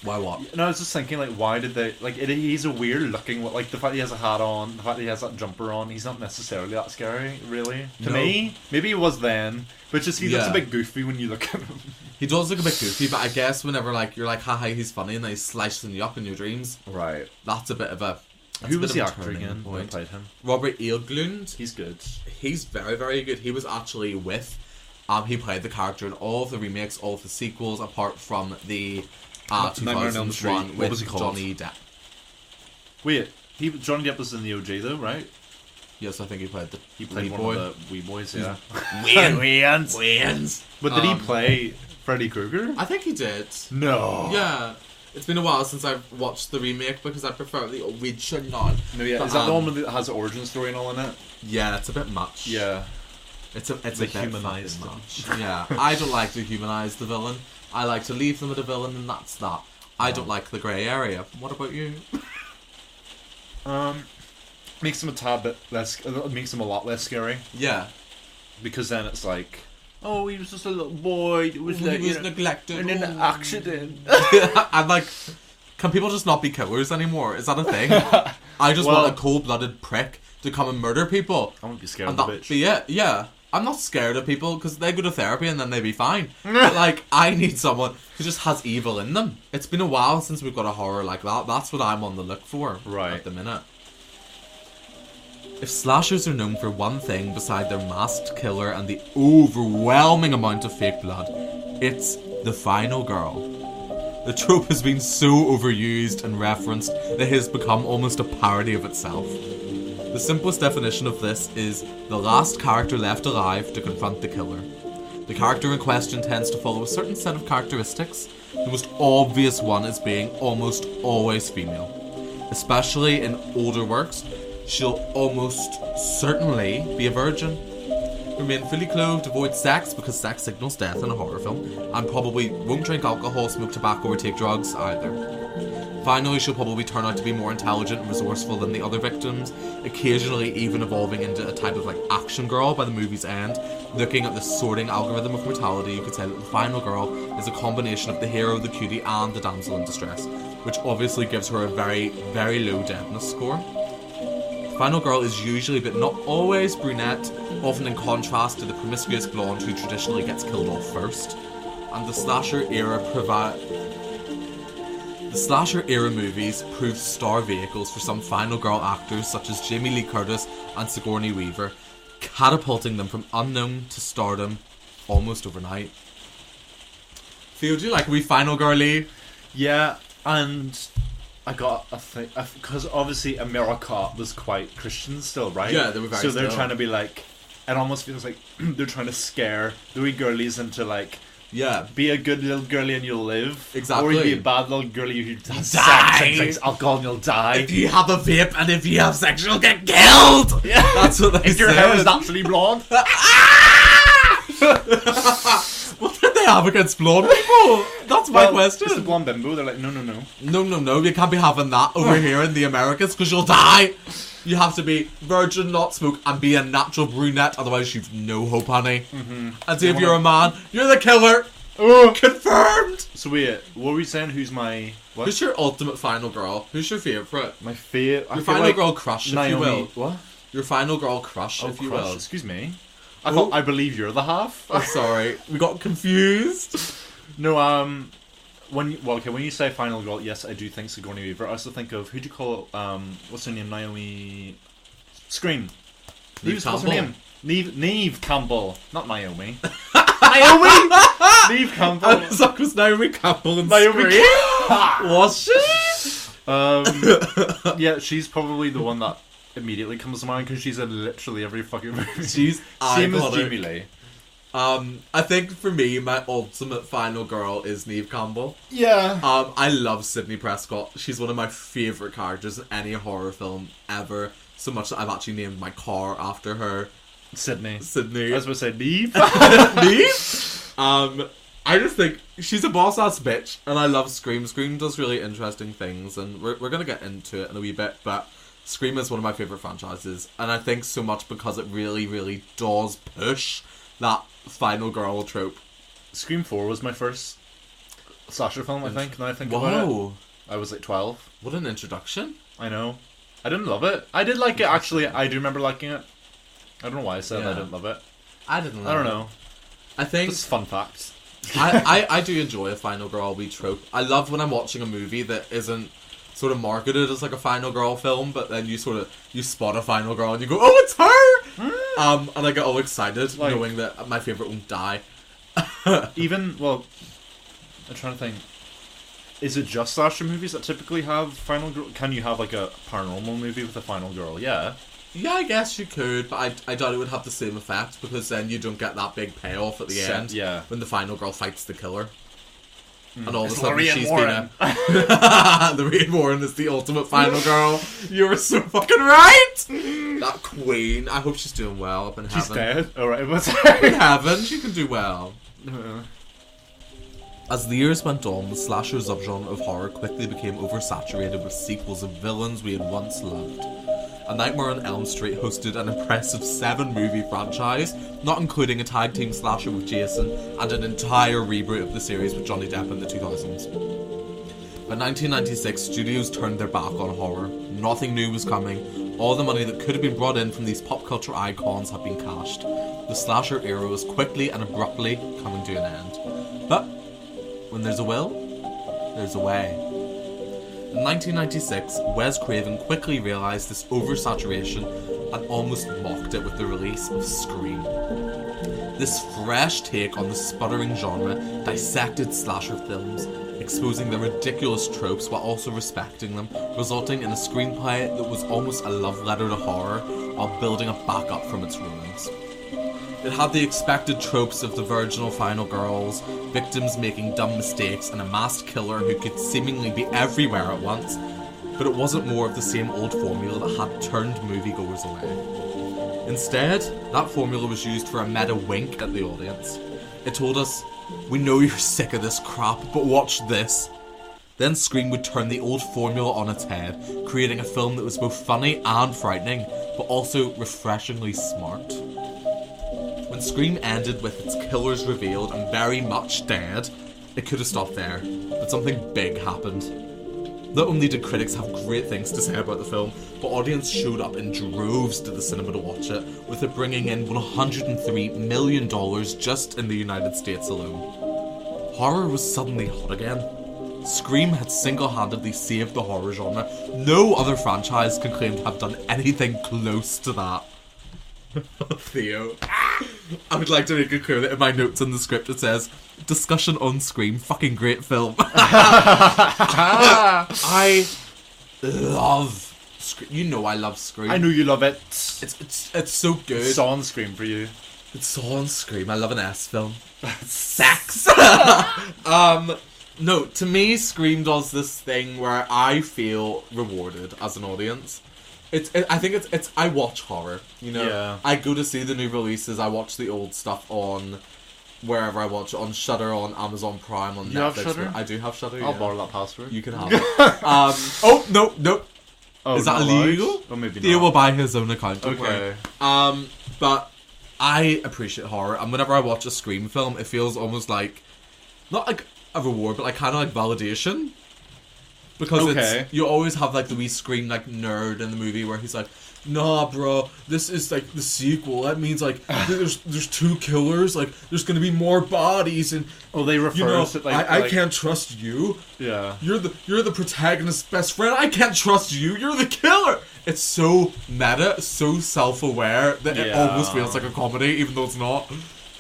[SPEAKER 4] why what?
[SPEAKER 5] No, I was just thinking, like, why did they like? It, he's a weird looking. Like the fact that he has a hat on, the fact that he has that jumper on, he's not necessarily that scary, really. To
[SPEAKER 4] No.
[SPEAKER 5] me, maybe he was then, but just he looks a
[SPEAKER 4] Yeah.
[SPEAKER 5] bit goofy when you look at him.
[SPEAKER 4] He does look a bit goofy, but I guess whenever like you're like, haha, he's funny, and then he's slicing you up in your dreams,
[SPEAKER 5] Right.
[SPEAKER 4] that's a bit of a. that's
[SPEAKER 5] Who
[SPEAKER 4] a
[SPEAKER 5] was
[SPEAKER 4] bit
[SPEAKER 5] the
[SPEAKER 4] of a
[SPEAKER 5] actor
[SPEAKER 4] turning
[SPEAKER 5] again? Who
[SPEAKER 4] point.
[SPEAKER 5] played him?
[SPEAKER 4] Robert Eglund.
[SPEAKER 5] He's good.
[SPEAKER 4] he's very very good. He was actually with, um, he played the character in all of the remakes, all of the sequels, apart from the uh,
[SPEAKER 5] Nightmare on Elm Street.
[SPEAKER 4] 2001
[SPEAKER 5] What
[SPEAKER 4] with
[SPEAKER 5] was it called?
[SPEAKER 4] Johnny Depp.
[SPEAKER 5] Wait, he Johnny Depp was in the OJ though, right?
[SPEAKER 4] Yes, I think he played the
[SPEAKER 5] He played
[SPEAKER 4] lead
[SPEAKER 5] one
[SPEAKER 4] boy.
[SPEAKER 5] of the wee boys. Yeah.
[SPEAKER 4] Weird.
[SPEAKER 5] Weird.
[SPEAKER 4] Wins.
[SPEAKER 5] But did
[SPEAKER 4] Um,
[SPEAKER 5] he play Freddy Krueger?
[SPEAKER 4] I think he did.
[SPEAKER 5] No.
[SPEAKER 4] Yeah. It's been a while since I've watched the remake because I prefer the original.
[SPEAKER 5] No, yeah.
[SPEAKER 4] But,
[SPEAKER 5] Is that the
[SPEAKER 4] um,
[SPEAKER 5] one that has the origin story and all in it?
[SPEAKER 4] Yeah, it's a bit much.
[SPEAKER 5] Yeah.
[SPEAKER 4] It's a it's
[SPEAKER 5] They
[SPEAKER 4] a bit
[SPEAKER 5] humanised
[SPEAKER 4] fucking
[SPEAKER 5] them.
[SPEAKER 4] much. yeah, I don't like to humanize the villain. I like to leave them at a villain, and that's that. I don't like the grey area. What about you?
[SPEAKER 5] Um, makes him a tad bit less. uh, Makes him a lot less scary.
[SPEAKER 4] Yeah,
[SPEAKER 5] because then it's like, oh, he was just a little boy. It was
[SPEAKER 4] He
[SPEAKER 5] like,
[SPEAKER 4] was
[SPEAKER 5] you know,
[SPEAKER 4] neglected.
[SPEAKER 5] and uh, an
[SPEAKER 4] Oh.
[SPEAKER 5] accident.
[SPEAKER 4] I'm like, can people just not be killers anymore? Is that a thing? I just
[SPEAKER 5] Well-
[SPEAKER 4] want a cold-blooded prick to come and murder people.
[SPEAKER 5] I wouldn't be scared
[SPEAKER 4] And
[SPEAKER 5] of the
[SPEAKER 4] that
[SPEAKER 5] bitch.
[SPEAKER 4] be it. Yeah, I'm not scared of people because they go to therapy and then they be fine. But, like, I need someone who just has evil in them. It's been a while since we've got a horror like that. That's what I'm on the look for
[SPEAKER 5] Right.
[SPEAKER 4] at the minute. If slashers are known for one thing beside their masked killer and the overwhelming amount of fake blood, it's the final girl. The trope has been so overused and referenced that it has become almost a parody of itself. The simplest definition of this is the last character left alive to confront the killer. The character in question tends to follow a certain set of characteristics, the most obvious one is being almost always female. Especially in older works, she'll almost certainly be a virgin. Remain fully clothed, avoid sex because sex signals death in a horror film, and probably won't drink alcohol, smoke tobacco, or take drugs either. Finally, she'll probably turn out to be more intelligent and resourceful than the other victims, occasionally even evolving into a type of like action girl by the movie's end. Looking at the sorting algorithm of mortality, you could say that the final girl is a combination of the hero, the cutie, and the damsel in distress, which obviously gives her a very, very low deadness score. Final Girl is usually, but not always, brunette, often in contrast to the promiscuous blonde who traditionally gets killed off first. And the slasher era provi- the slasher era movies proved star vehicles for some final girl actors such as Jamie Lee Curtis and Sigourney Weaver, catapulting them from unknown to stardom almost overnight. Theo, do you like a wee final girly?
[SPEAKER 5] Yeah, and I got a thing because obviously America was quite Christian still, right?
[SPEAKER 4] Yeah, they were very
[SPEAKER 5] So they're
[SPEAKER 4] still.
[SPEAKER 5] trying to be like, it almost feels like they're trying to scare the wee girlies into like,
[SPEAKER 4] Yeah.
[SPEAKER 5] be a good little girly and you'll live, or
[SPEAKER 4] Exactly.
[SPEAKER 5] you be a bad little girly who has
[SPEAKER 4] Die.
[SPEAKER 5] sex and drinks alcohol and you'll die.
[SPEAKER 4] If you have a vape and if you have sex, you'll get killed.
[SPEAKER 5] Yeah.
[SPEAKER 4] that's what they
[SPEAKER 5] if your
[SPEAKER 4] said. Ah!
[SPEAKER 5] hair is naturally blonde,
[SPEAKER 4] what did they have against blonde people? That's my
[SPEAKER 5] well, It's a
[SPEAKER 4] question.
[SPEAKER 5] blonde bimbo. They're like, no, no, no.
[SPEAKER 4] No, no, no. You can't be having that over
[SPEAKER 5] Oh.
[SPEAKER 4] here in the Americas because you'll die. You have to be virgin, not smoke, and be a natural brunette. Otherwise, you've no hope, honey. Mm-hmm. And see if you're a man, you're the killer.
[SPEAKER 5] Oh.
[SPEAKER 4] Confirmed.
[SPEAKER 5] So wait, what were we saying? Who's my what?
[SPEAKER 4] Who's your ultimate final girl? Who's your favorite?
[SPEAKER 5] my favorite?
[SPEAKER 4] Your final girl crush, if you will.
[SPEAKER 5] What?
[SPEAKER 4] Your final girl crush, if you
[SPEAKER 5] Oh, crush.
[SPEAKER 4] will.
[SPEAKER 5] Excuse me. I,
[SPEAKER 4] Oh.
[SPEAKER 5] thought, I believe you're the half.
[SPEAKER 4] I'm sorry, we got confused.
[SPEAKER 5] no, um, when you, well, okay, when you say final girl, yes, I do think Sigourney Weaver. I also think of who do you call um, what's her name? Naomi. Scream. Neve, what's her
[SPEAKER 4] Campbell.
[SPEAKER 5] name? Neve, Neve Campbell, not Naomi. Naomi. Neve Campbell.
[SPEAKER 4] Zuck was Naomi Campbell and
[SPEAKER 5] Naomi
[SPEAKER 4] Scream. Was she?
[SPEAKER 5] Um, yeah, she's probably the one that immediately comes to mind because she's in literally every fucking movie.
[SPEAKER 4] She's
[SPEAKER 5] same as
[SPEAKER 4] iconic.
[SPEAKER 5] Jamie Lee.
[SPEAKER 4] Um, I think for me, my ultimate final girl is Neve Campbell.
[SPEAKER 5] Yeah.
[SPEAKER 4] Um, I love Sydney Prescott. She's one of my favorite characters in any horror film ever. So much that I've actually named my car after her,
[SPEAKER 5] Sydney.
[SPEAKER 4] Sydney.
[SPEAKER 5] I was going to say Neve.
[SPEAKER 4] Neve. Um, I just think she's a boss ass bitch, and I love Scream. Scream does really interesting things, and we're, we're gonna get into it in a wee bit, but Scream is one of my favorite franchises, and I think so much because it really, really does push that final girl trope.
[SPEAKER 5] Scream 4 was my first slasher film, I think. Now I think about it.
[SPEAKER 4] Whoa,
[SPEAKER 5] I was like 12.
[SPEAKER 4] what an introduction!
[SPEAKER 5] I know. I didn't love it. I did like it, actually. I do remember liking it. I don't know why I said I
[SPEAKER 4] Yeah. Mm.
[SPEAKER 5] didn't love it.
[SPEAKER 4] I didn't.
[SPEAKER 5] I don't know.
[SPEAKER 4] I think
[SPEAKER 5] Just fun facts.
[SPEAKER 4] I, I, I do enjoy a final girl wee trope. I love when I'm watching a movie that isn't sort of marketed as like a final girl film, but then you sort of you spot a final girl and you go, oh, it's her. Um, and I get all excited
[SPEAKER 5] Like-
[SPEAKER 4] knowing that my favorite won't die.
[SPEAKER 5] Even, well, I'm trying to think. Is it just slasher movies that typically have final girl? Can you have like a paranormal movie with a final girl? Yeah.
[SPEAKER 4] Yeah, I guess you could, but I, I doubt it would have the same effect because then you don't get that big payoff at the
[SPEAKER 5] So-
[SPEAKER 4] end.
[SPEAKER 5] yeah. Hmm.
[SPEAKER 4] When the final girl fights the killer. And all of a
[SPEAKER 5] It's
[SPEAKER 4] sudden
[SPEAKER 5] Lorraine
[SPEAKER 4] she's
[SPEAKER 5] Warren.
[SPEAKER 4] been a... Lorraine Warren is the ultimate final girl. You were so fucking right! That queen. I hope she's doing well up in
[SPEAKER 5] She's
[SPEAKER 4] heaven.
[SPEAKER 5] dead. Alright, what's
[SPEAKER 4] In heaven, she can do well. As the years went on, the slasher subgenre of horror quickly became oversaturated with sequels of villains we had once loved. A Nightmare on Elm Street hosted an impressive seven movie franchise, not including a tag team slasher with Jason and an entire reboot of the series with Johnny Depp in the 2000s. By 1996, studios turned their back on horror. Nothing new was coming. All the money that could have been brought in from these pop culture icons had been cashed. The slasher era was quickly and abruptly coming to an end. But when there's a will, there's a way. In 1996, Wes Craven quickly realised this oversaturation and almost mocked it with the release of Scream. This fresh take on the sputtering genre dissected slasher films, exposing their ridiculous tropes while also respecting them, resulting in a screenplay that was almost a love letter to horror while building a backup from its ruins. It had the expected tropes of the virginal final girls, victims making dumb mistakes, and a masked killer who could seemingly be everywhere at once, but it wasn't more of the same old formula that had turned moviegoers away. Instead, that formula was used for a meta wink at the audience. It told us, We know you're sick of this crap, but watch this. Then Scream would turn the old formula on its head, creating a film that was both funny and frightening, but also refreshingly smart. When Scream ended with its killers revealed and very much dead, it could have stopped there, but something big happened. Not only did critics have great things to say about the film, but audience showed up in droves to the cinema to watch it, with it bringing in $103 million just in the United States alone. Horror was suddenly hot again. Scream had single handedly saved the horror genre. No other franchise can claim to have done anything close to that. Theo. I would like to make it clear that in my notes in the script it says discussion on Scream. Fucking great film. I love. Scre- You know I love Scream.
[SPEAKER 5] I know you love it.
[SPEAKER 4] It's it's it's so good.
[SPEAKER 5] It's on screen for you.
[SPEAKER 4] It's all on Scream. I love an ass film. Sex. um, no, to me, Scream does this thing where I feel rewarded as an audience. It's. It, I think it's. It's. I watch horror. You know.
[SPEAKER 5] Yeah.
[SPEAKER 4] I go to see the new releases. I watch the old stuff on wherever I watch it on Shudder, on Amazon Prime, on
[SPEAKER 5] You have
[SPEAKER 4] Netflix.
[SPEAKER 5] Shudder?
[SPEAKER 4] I do have Shudder.
[SPEAKER 5] I'll
[SPEAKER 4] yeah.
[SPEAKER 5] borrow that password.
[SPEAKER 4] You can have it. um. Oh no no.
[SPEAKER 5] oh,
[SPEAKER 4] Is that
[SPEAKER 5] not allowed?
[SPEAKER 4] illegal?
[SPEAKER 5] Or maybe
[SPEAKER 4] Theo
[SPEAKER 5] not.
[SPEAKER 4] will buy his own account. Don't
[SPEAKER 5] Okay.
[SPEAKER 4] worry. Um, but I appreciate horror, and whenever I watch a Scream film, it feels almost like not like a reward, but like kind of like validation. Because
[SPEAKER 5] Okay.
[SPEAKER 4] it's you always have like the wee scream like nerd in the movie where he's like, "Nah, bro, this is like the sequel. That means like there's there's two killers. Like there's gonna be more bodies, and
[SPEAKER 5] Well, they refer
[SPEAKER 4] you know
[SPEAKER 5] to it Oh, like,
[SPEAKER 4] I, I
[SPEAKER 5] like-
[SPEAKER 4] can't trust you.
[SPEAKER 5] Yeah.
[SPEAKER 4] You're the you're the protagonist's best friend. I can't trust you. You're the killer. It's so meta, so self-aware that it
[SPEAKER 5] Yeah.
[SPEAKER 4] almost feels like a comedy, even though it's not.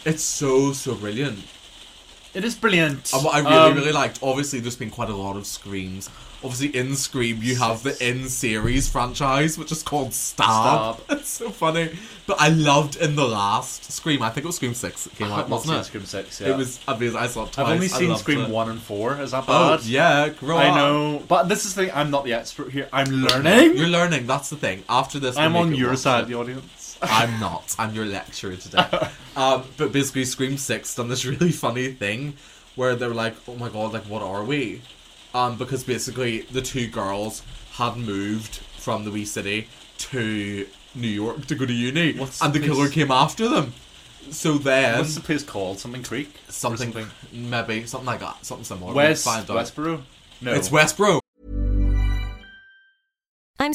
[SPEAKER 4] It's so so brilliant.
[SPEAKER 5] It is brilliant.
[SPEAKER 4] And what I really
[SPEAKER 5] Um,
[SPEAKER 4] really liked, obviously, there's been quite a lot of screams. Obviously, in Scream, you have the in series franchise, which is called Stab.
[SPEAKER 5] Stab.
[SPEAKER 4] It's so funny. But I loved in the last Scream. I think it was Scream Six. It came
[SPEAKER 5] I
[SPEAKER 4] out,
[SPEAKER 5] have not seen
[SPEAKER 4] wasn't it?
[SPEAKER 5] Scream Six. Yeah.
[SPEAKER 4] It was amazing. I saw it twice.
[SPEAKER 5] I've only
[SPEAKER 4] I
[SPEAKER 5] seen
[SPEAKER 4] loved
[SPEAKER 5] Scream
[SPEAKER 4] it.
[SPEAKER 5] One and Four. Is that
[SPEAKER 4] Oh
[SPEAKER 5] bad?
[SPEAKER 4] yeah, grow
[SPEAKER 5] I
[SPEAKER 4] up.
[SPEAKER 5] know, but this is the thing. I'm not the expert here. I'm learning.
[SPEAKER 4] You're learning. That's the thing. After this,
[SPEAKER 5] I'm
[SPEAKER 4] we
[SPEAKER 5] on
[SPEAKER 4] make it
[SPEAKER 5] your
[SPEAKER 4] work.
[SPEAKER 5] side, the audience.
[SPEAKER 4] I'm not. I'm your lecturer today. um, but basically, Scream Six done this really funny thing where they were like, "Oh my god, like what are we?" Um, because basically the two girls had moved from the wee city to New York to go to uni,
[SPEAKER 5] What's
[SPEAKER 4] and the
[SPEAKER 5] the
[SPEAKER 4] killer
[SPEAKER 5] place-
[SPEAKER 4] came after them. So then
[SPEAKER 5] What's the place called? Something Creek. Or
[SPEAKER 4] something, maybe something like that, something similar. We'll
[SPEAKER 5] West
[SPEAKER 4] find out.
[SPEAKER 5] Westboro. No,
[SPEAKER 4] It's Westboro.
[SPEAKER 1] I'm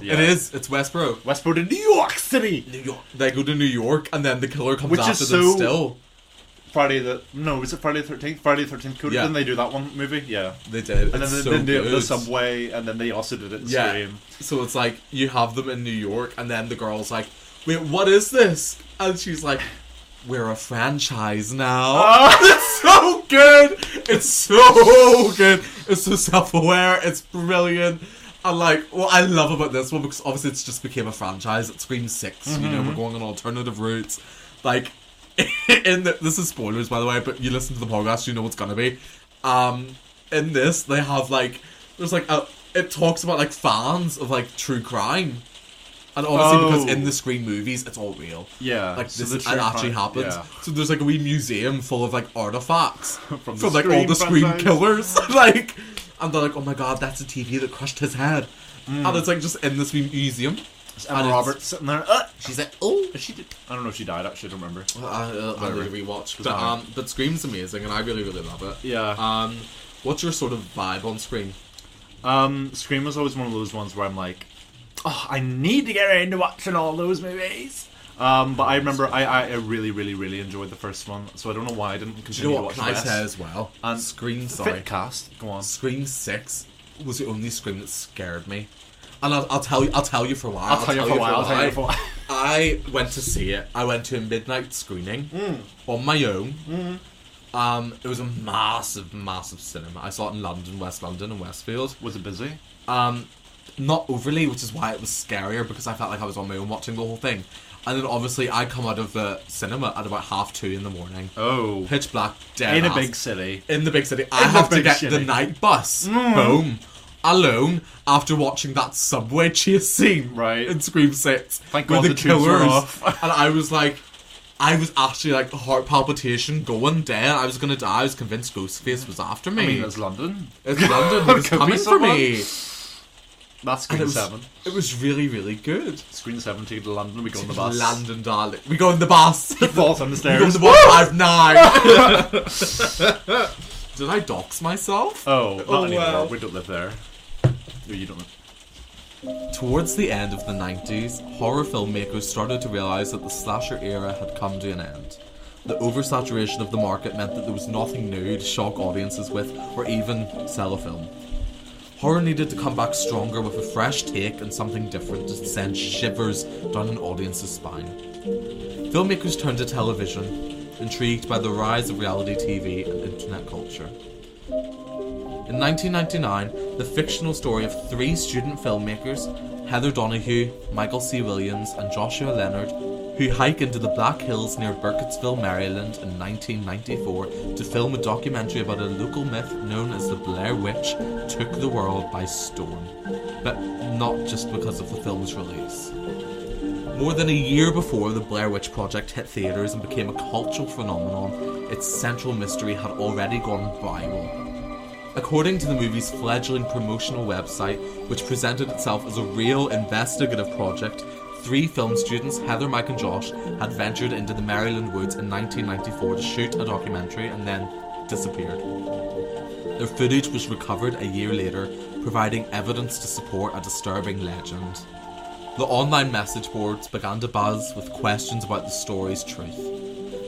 [SPEAKER 5] Yeah.
[SPEAKER 4] It is. It's Westboro.
[SPEAKER 5] Westboro to New York City.
[SPEAKER 4] New York. They go to New York, and then the killer comes
[SPEAKER 5] Which is
[SPEAKER 4] after them.
[SPEAKER 5] so-
[SPEAKER 4] Still,
[SPEAKER 5] Friday the no, was it Friday the Thirteenth? Friday the Thirteenth. Could
[SPEAKER 4] Yeah.
[SPEAKER 5] Didn't they do that one movie? Yeah.
[SPEAKER 4] they did.
[SPEAKER 5] And then
[SPEAKER 4] It's
[SPEAKER 5] they,
[SPEAKER 4] so
[SPEAKER 5] they did it the
[SPEAKER 4] good.
[SPEAKER 5] subway, and then they also did it in
[SPEAKER 4] Yeah.
[SPEAKER 5] Scream.
[SPEAKER 4] So it's like you have them in New York, and then the girl's like, "Wait, what is this?" And she's like, "We're a franchise now."
[SPEAKER 5] Oh.
[SPEAKER 4] it's so good. It's so good. It's so self-aware. It's brilliant. And like, what I love about this one because obviously it's just became a franchise. It screams 6 You know,
[SPEAKER 5] Mm-hmm.
[SPEAKER 4] we're going on alternative routes. Like, in the, this is spoilers by the way, but you listen to the podcast, you know what's gonna be. Um, in this, they have like, there's like a, it talks about like fans of like true crime. And obviously,
[SPEAKER 5] Oh.
[SPEAKER 4] because in the screen movies, it's all real.
[SPEAKER 5] Yeah,
[SPEAKER 4] like
[SPEAKER 5] so
[SPEAKER 4] this
[SPEAKER 5] the
[SPEAKER 4] it
[SPEAKER 5] true
[SPEAKER 4] actually
[SPEAKER 5] crime-
[SPEAKER 4] happens.
[SPEAKER 5] yeah.
[SPEAKER 4] So there's like a wee museum full of like artifacts from,
[SPEAKER 5] the
[SPEAKER 4] like all
[SPEAKER 5] Scream
[SPEAKER 4] the screen
[SPEAKER 5] franchise.
[SPEAKER 4] killers. like, and they're like, oh my god, that's a TV that crushed his head, and it's like just in this wee museum.
[SPEAKER 5] Mm. It's
[SPEAKER 4] And
[SPEAKER 5] Emma
[SPEAKER 4] it's-
[SPEAKER 5] Roberts sitting there. Uh,
[SPEAKER 4] She's like, oh,
[SPEAKER 5] she did. I don't know if she died. Actually, I don't remember.
[SPEAKER 4] uh, I need to rewatch. But,
[SPEAKER 5] Bizarre.
[SPEAKER 4] um, but Scream's amazing, and I really, really love it.
[SPEAKER 5] Yeah.
[SPEAKER 4] Um, what's your sort of vibe on Scream?
[SPEAKER 5] Um, Scream was always one of those ones where I'm like, oh, I need to get into watching all those movies. Um, but I remember I, I, I really, really, really enjoyed the first one, so I don't know why I didn't
[SPEAKER 4] Do you
[SPEAKER 5] continue
[SPEAKER 4] know what
[SPEAKER 5] to
[SPEAKER 4] can
[SPEAKER 5] watch
[SPEAKER 4] I
[SPEAKER 5] the rest.
[SPEAKER 4] say as well?
[SPEAKER 5] And
[SPEAKER 4] Scream,
[SPEAKER 5] Fit
[SPEAKER 4] sorry,
[SPEAKER 5] cast. Go on.
[SPEAKER 4] Scream Six was the only Scream that scared me, and I'll, I'll tell you, I'll tell you for why.
[SPEAKER 5] I'll tell you for why, I'll tell you for why.
[SPEAKER 4] I went to see it. I went to a midnight screening
[SPEAKER 5] Mm.
[SPEAKER 4] on my own.
[SPEAKER 5] Mm-hmm.
[SPEAKER 4] Um, it was a massive, massive cinema. I saw it in London, West London, and Westfield.
[SPEAKER 5] Was it busy?
[SPEAKER 4] not overly, which is why it was scarier because I felt like I was on my own watching the whole thing. And then obviously I come out of the cinema at about half two in the morning.
[SPEAKER 5] Oh.
[SPEAKER 4] Pitch black, dead
[SPEAKER 5] In a
[SPEAKER 4] ass.
[SPEAKER 5] big city.
[SPEAKER 4] In the big city. I
[SPEAKER 5] In the
[SPEAKER 4] have to
[SPEAKER 5] big
[SPEAKER 4] get
[SPEAKER 5] city. Mm.
[SPEAKER 4] the night bus home alone after watching that subway chase scene
[SPEAKER 5] Right.
[SPEAKER 4] in Scream 6
[SPEAKER 5] Thank
[SPEAKER 4] with
[SPEAKER 5] God the tubes were off.
[SPEAKER 4] and I was like, I was actually like heart palpitation going down. I was gonna die. I was convinced Ghostface was after me.
[SPEAKER 5] I mean, it's London.
[SPEAKER 4] It's London. He was
[SPEAKER 5] Could be
[SPEAKER 4] coming for
[SPEAKER 5] someone.
[SPEAKER 4] me.
[SPEAKER 5] That's
[SPEAKER 4] And
[SPEAKER 5] Screen
[SPEAKER 4] it was,
[SPEAKER 5] 7.
[SPEAKER 4] it was really, really good.
[SPEAKER 5] Screen 7, take it to London, we go on the bus.
[SPEAKER 4] London, darling. We go in the bus.
[SPEAKER 5] He falls on the
[SPEAKER 4] We go in
[SPEAKER 5] stairs.
[SPEAKER 4] the bus. Five nine. Did I dox myself?
[SPEAKER 5] Oh, not
[SPEAKER 4] Oh,
[SPEAKER 5] anymore.
[SPEAKER 4] well.
[SPEAKER 5] We don't live there. No, you don't live
[SPEAKER 4] Towards the end of the 90s, horror filmmakers started to realise that the slasher era had come to an end. The oversaturation of the market meant that there was nothing new to shock audiences with or even sell a film. Horror needed to come back stronger with a fresh take and something different to send shivers down an audience's spine. Filmmakers turned to television, intrigued by the rise of reality TV and internet culture. In 1999, the fictional story of three student filmmakers, Heather Donahue, Michael C. Williams, and Joshua Leonard, who hike into the Black Hills near Burkittsville, Maryland in 1994 to film a documentary about a local myth known as the Blair Witch, took the world by storm. But not just because of the film's release. More than a year before the Blair Witch Project hit theatres and became a cultural phenomenon, its central mystery had already gone viral. According to the movie's fledgling promotional website, which presented itself as a real investigative project, three film students, Heather, Mike, and Josh, had ventured into the Maryland woods in 1994 to shoot a documentary and then disappeared. Their footage was recovered a year later, providing evidence to support a disturbing legend. The online message boards began to buzz with questions about the story's truth.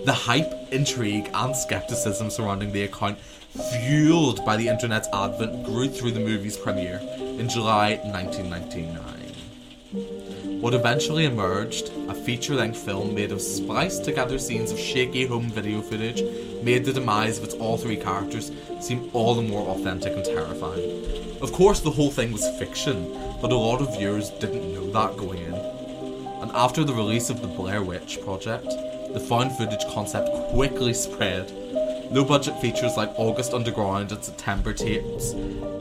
[SPEAKER 4] The hype, intrigue, and skepticism surrounding the account, fueled by the internet's advent, grew through the movie's premiere in July 1999. What eventually emerged, a feature length film made of spliced together scenes of shaky home video footage, made the demise of its all three characters seem all the more authentic and terrifying. Of course, the whole thing was fiction, but a lot of viewers didn't know that going in and after the release of the Blair Witch Project, the found footage concept quickly spread. Low budget features like August Underground and September Tapes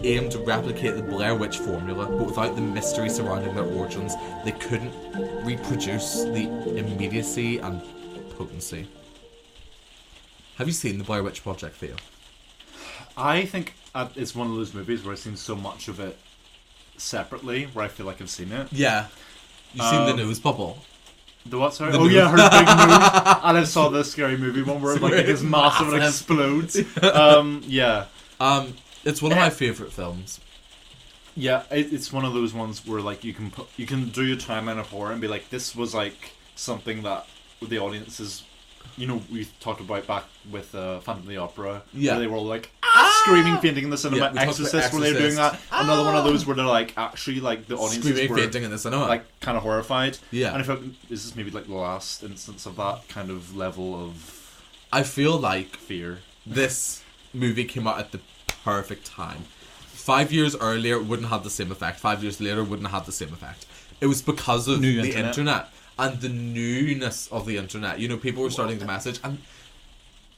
[SPEAKER 4] aimed to replicate the Blair Witch formula, but without the mystery surrounding their origins, they couldn't reproduce the immediacy and potency. Have you seen the Blair Witch Project, Theo?
[SPEAKER 5] I think uh, it's one of those movies where I've seen so much of it separately where I feel like I've seen it.
[SPEAKER 4] Yeah. Um, You've seen the news bubble.
[SPEAKER 5] The what, sorry?
[SPEAKER 4] The
[SPEAKER 5] oh,
[SPEAKER 4] news.
[SPEAKER 5] yeah, her big move. and I saw the scary movie one where like, it is massive and
[SPEAKER 4] Massive.
[SPEAKER 5] explodes. Um, yeah.
[SPEAKER 4] Um, it's one of my favourite films.
[SPEAKER 5] Yeah, it, it's one of those ones where like you can put, you can do your timeline of horror and be like, this was like something that the audiences, you know, we talked about back with uh, Phantom of the Opera.
[SPEAKER 4] Yeah.
[SPEAKER 5] where they were all like ah! screaming, fainting in the cinema.
[SPEAKER 4] Yeah, we talked about
[SPEAKER 5] Exorcist, where they were doing that.
[SPEAKER 4] Exorcist. Ah!
[SPEAKER 5] Another one of those where they're like actually like the audiences
[SPEAKER 4] Screaming,
[SPEAKER 5] were
[SPEAKER 4] fainting in the cinema.
[SPEAKER 5] like kind of horrified.
[SPEAKER 4] Yeah.
[SPEAKER 5] and I felt this is maybe like the last instance of that kind of level of
[SPEAKER 4] I feel like
[SPEAKER 5] fear.
[SPEAKER 4] this movie came out at the perfect time. Five years earlier it wouldn't have the same effect. Five years later it wouldn't have the same effect. It was because of
[SPEAKER 5] New
[SPEAKER 4] the
[SPEAKER 5] internet.
[SPEAKER 4] internet. and the newness of the internet. You know, people were starting to message, and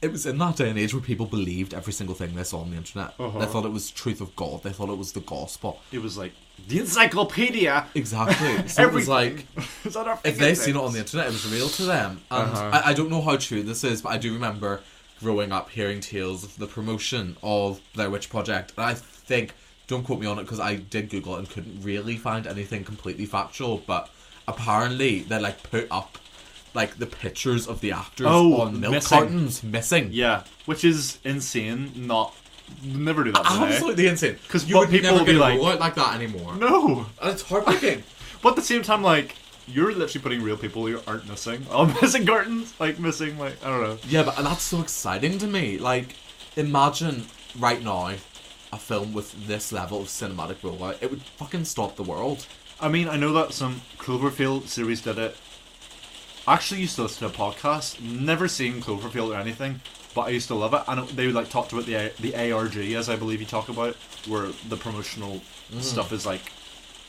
[SPEAKER 4] it was in that day and age where people believed every single thing they saw on the internet.
[SPEAKER 5] Uh-huh.
[SPEAKER 4] They thought it was truth of God. They thought it was the gospel.
[SPEAKER 5] It was like the encyclopedia.
[SPEAKER 4] Exactly. So it was
[SPEAKER 5] Everything.
[SPEAKER 4] like
[SPEAKER 5] It's at our
[SPEAKER 4] if they seen it
[SPEAKER 5] fingertips.
[SPEAKER 4] on the internet, it was real to them. And
[SPEAKER 5] Uh-huh.
[SPEAKER 4] I, I don't know how true this is, but I do remember growing up hearing tales of the promotion of Blair Witch Project, and I think don't quote me on it because I did Google it and couldn't really find anything completely factual. But apparently, they like put up like the pictures of the actors
[SPEAKER 5] Oh,
[SPEAKER 4] on milk
[SPEAKER 5] missing.
[SPEAKER 4] cartons missing.
[SPEAKER 5] Yeah, which is insane. Not never do that. today.
[SPEAKER 4] Absolutely insane.
[SPEAKER 5] 'Cause
[SPEAKER 4] you
[SPEAKER 5] what
[SPEAKER 4] would
[SPEAKER 5] people
[SPEAKER 4] never
[SPEAKER 5] will be
[SPEAKER 4] get a
[SPEAKER 5] like-
[SPEAKER 4] rollout like that anymore.
[SPEAKER 5] No,
[SPEAKER 4] And it's heartbreaking.
[SPEAKER 5] but at the same time, like you're literally putting real people who aren't missing. Oh, missing curtains, like missing, like I don't know.
[SPEAKER 4] Yeah, but that's so exciting to me. Like, imagine right now a film with this level of cinematic rollout. It would fucking stop the world.
[SPEAKER 5] I mean, I know that some Cloverfield series did it. Actually, used to listen to a podcast. Never seen Cloverfield or anything, but I used to love it. And it- they like talked
[SPEAKER 4] Mm.
[SPEAKER 5] about the A- the ARG, as I believe you talk about, where the promotional stuff is like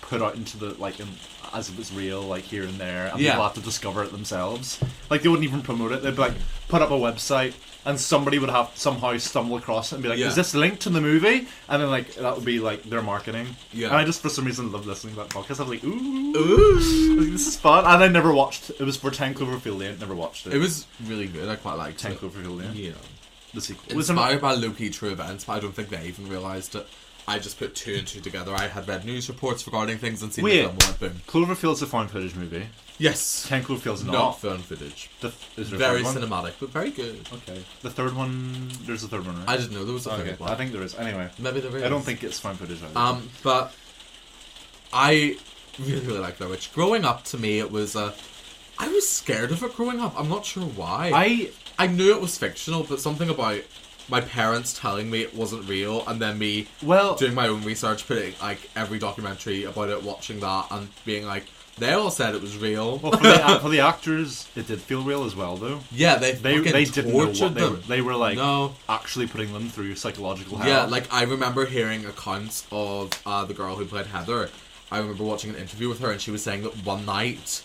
[SPEAKER 5] put out into the like in, as it was real, like here and there, and
[SPEAKER 4] Yeah.
[SPEAKER 5] people have to discover it themselves. Like they wouldn't even promote it; they'd be like put up a website, and somebody would have somehow stumble across it and be like,
[SPEAKER 4] Yeah.
[SPEAKER 5] "Is this linked to the movie?" And then like that would be like their marketing.
[SPEAKER 4] Yeah.
[SPEAKER 5] And I just for some reason love listening to that podcast. I was like, "Ooh,
[SPEAKER 4] Ooh.
[SPEAKER 5] this is fun," and I never watched. It was for Ten Cloverfield Lane. Never watched it.
[SPEAKER 4] It was really good. I quite liked
[SPEAKER 5] Ten
[SPEAKER 4] it.
[SPEAKER 5] Cloverfield Lane.
[SPEAKER 4] Yeah.
[SPEAKER 5] The sequel. Was there-
[SPEAKER 4] Inspired by low key true events, but I don't think they even realised it. I just put two and two together. I had read news reports regarding things and seen
[SPEAKER 5] Wait.
[SPEAKER 4] the film. Went, boom.
[SPEAKER 5] Cloverfield's a found footage movie.
[SPEAKER 4] Yes.
[SPEAKER 5] Ten Cloverfield's
[SPEAKER 4] Not
[SPEAKER 5] not.
[SPEAKER 4] film footage.
[SPEAKER 5] The th- is there a
[SPEAKER 4] Very
[SPEAKER 5] third one?
[SPEAKER 4] cinematic, but very good.
[SPEAKER 5] Okay. The third one. There's a third one, right?
[SPEAKER 4] I didn't know there was a
[SPEAKER 5] okay.
[SPEAKER 4] third one.
[SPEAKER 5] I think there is. Anyway.
[SPEAKER 4] Maybe there is.
[SPEAKER 5] I don't think it's found footage either.
[SPEAKER 4] Um, but I really, really like The Witch. Growing up, to me, it was Uh, I was scared of it growing up. I'm not sure why.
[SPEAKER 5] I
[SPEAKER 4] I knew it was fictional, but something about my parents telling me it wasn't real, and then me
[SPEAKER 5] well.
[SPEAKER 4] doing my own research, putting like every documentary about it, watching that, and being like, they all said it was real.
[SPEAKER 5] well, for, the, for the actors, it did feel real as well, though.
[SPEAKER 4] yeah, they
[SPEAKER 5] They
[SPEAKER 4] fucking
[SPEAKER 5] they didn't know
[SPEAKER 4] tortured
[SPEAKER 5] what they
[SPEAKER 4] them.
[SPEAKER 5] were. They were like
[SPEAKER 4] no.
[SPEAKER 5] actually putting them through psychological hell.
[SPEAKER 4] Yeah, like I remember hearing accounts of uh, the girl who played Heather. I remember watching an interview with her, and she was saying that one night,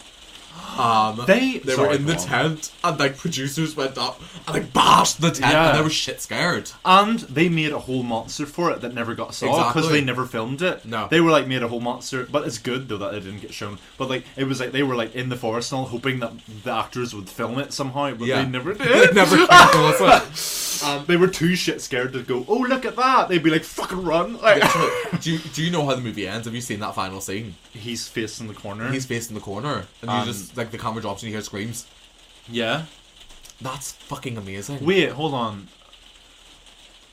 [SPEAKER 4] um,
[SPEAKER 5] They-
[SPEAKER 4] they were
[SPEAKER 5] sorry,
[SPEAKER 4] in the
[SPEAKER 5] go on.
[SPEAKER 4] tent, and like producers went up and like bashed the tent,
[SPEAKER 5] Yeah.
[SPEAKER 4] and they were shit scared.
[SPEAKER 5] And they made a whole monster for it that never got saw because
[SPEAKER 4] Exactly.
[SPEAKER 5] they never filmed it.
[SPEAKER 4] No.
[SPEAKER 5] they were like made a whole monster, but it's good though that it didn't get shown. But like it was like they were like in the forest and all, hoping that the actors would film it somehow, but
[SPEAKER 4] Yeah.
[SPEAKER 5] they never
[SPEAKER 4] They
[SPEAKER 5] did.
[SPEAKER 4] never came across it.
[SPEAKER 5] Um, they were too shit scared to go. Oh look at that! They'd be like fucking run. Like,
[SPEAKER 4] Literally, do you, do you know how the movie ends? Have you seen that final scene?
[SPEAKER 5] he's facing the corner.
[SPEAKER 4] He's faced in the corner, and
[SPEAKER 5] Um,
[SPEAKER 4] you just like the camera drops, and you hear screams.
[SPEAKER 5] yeah.
[SPEAKER 4] That's fucking amazing.
[SPEAKER 5] Wait, hold on.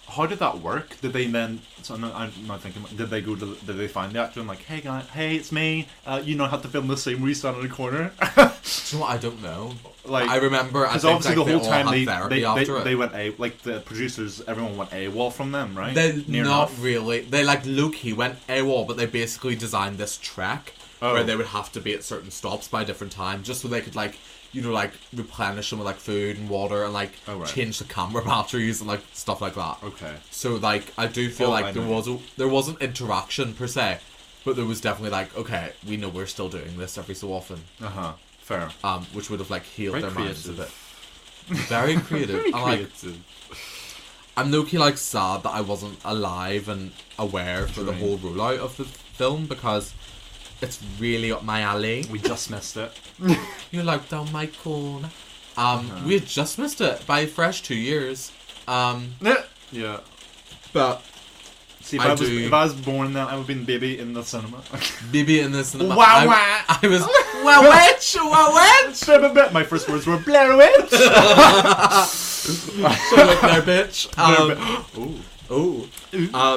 [SPEAKER 5] How did that work? Did they then? So I'm not, I'm not thinking. Did they go to? Did they find the actor and like, hey guy, hey, it's me. Uh, you know how to film the scene where you stand in a corner.
[SPEAKER 4] Do you know what? I don't know.
[SPEAKER 5] like
[SPEAKER 4] I remember. I
[SPEAKER 5] Because
[SPEAKER 4] think,
[SPEAKER 5] obviously
[SPEAKER 4] like,
[SPEAKER 5] the
[SPEAKER 4] they
[SPEAKER 5] whole
[SPEAKER 4] all
[SPEAKER 5] time
[SPEAKER 4] had
[SPEAKER 5] they
[SPEAKER 4] therapy
[SPEAKER 5] they,
[SPEAKER 4] after
[SPEAKER 5] they,
[SPEAKER 4] it.
[SPEAKER 5] they went a like the producers everyone went AWOL from them right?
[SPEAKER 4] They're
[SPEAKER 5] Near
[SPEAKER 4] not
[SPEAKER 5] enough.
[SPEAKER 4] really. They like Luke. He went AWOL, but they basically designed this track
[SPEAKER 5] Oh.
[SPEAKER 4] where they would have to be at certain stops by a different time, just so they could like you know like replenish them with like food and water and like
[SPEAKER 5] Oh, right.
[SPEAKER 4] change the camera batteries and like stuff like that.
[SPEAKER 5] Okay.
[SPEAKER 4] So like I do feel
[SPEAKER 5] Oh,
[SPEAKER 4] like
[SPEAKER 5] I
[SPEAKER 4] there
[SPEAKER 5] know.
[SPEAKER 4] was a, there wasn't interaction per se, but there was definitely like okay we know we're still doing this every so often,
[SPEAKER 5] Uh huh. Fair.
[SPEAKER 4] um, which would have like healed
[SPEAKER 5] Very
[SPEAKER 4] their minds a
[SPEAKER 5] creative.
[SPEAKER 4] bit. Very creative. I like I'm low key like sad that I wasn't alive and aware for the
[SPEAKER 5] Right.
[SPEAKER 4] whole rollout of the film because it's really up my alley.
[SPEAKER 5] We just missed it.
[SPEAKER 4] You're like down my corner. Um, we had just missed it by a fresh two years. Um,
[SPEAKER 5] yeah.
[SPEAKER 4] but
[SPEAKER 5] See, if
[SPEAKER 4] I
[SPEAKER 5] I, was
[SPEAKER 4] do-
[SPEAKER 5] if I was born then, I would have been baby in the cinema.
[SPEAKER 4] maybe in this, cinema,
[SPEAKER 5] Wah,
[SPEAKER 4] I,
[SPEAKER 5] wah.
[SPEAKER 4] I was wow witch, wow witch.
[SPEAKER 5] My first words were Blair Witch.
[SPEAKER 4] So look there, bitch. Um,
[SPEAKER 5] Ooh.
[SPEAKER 4] Oh.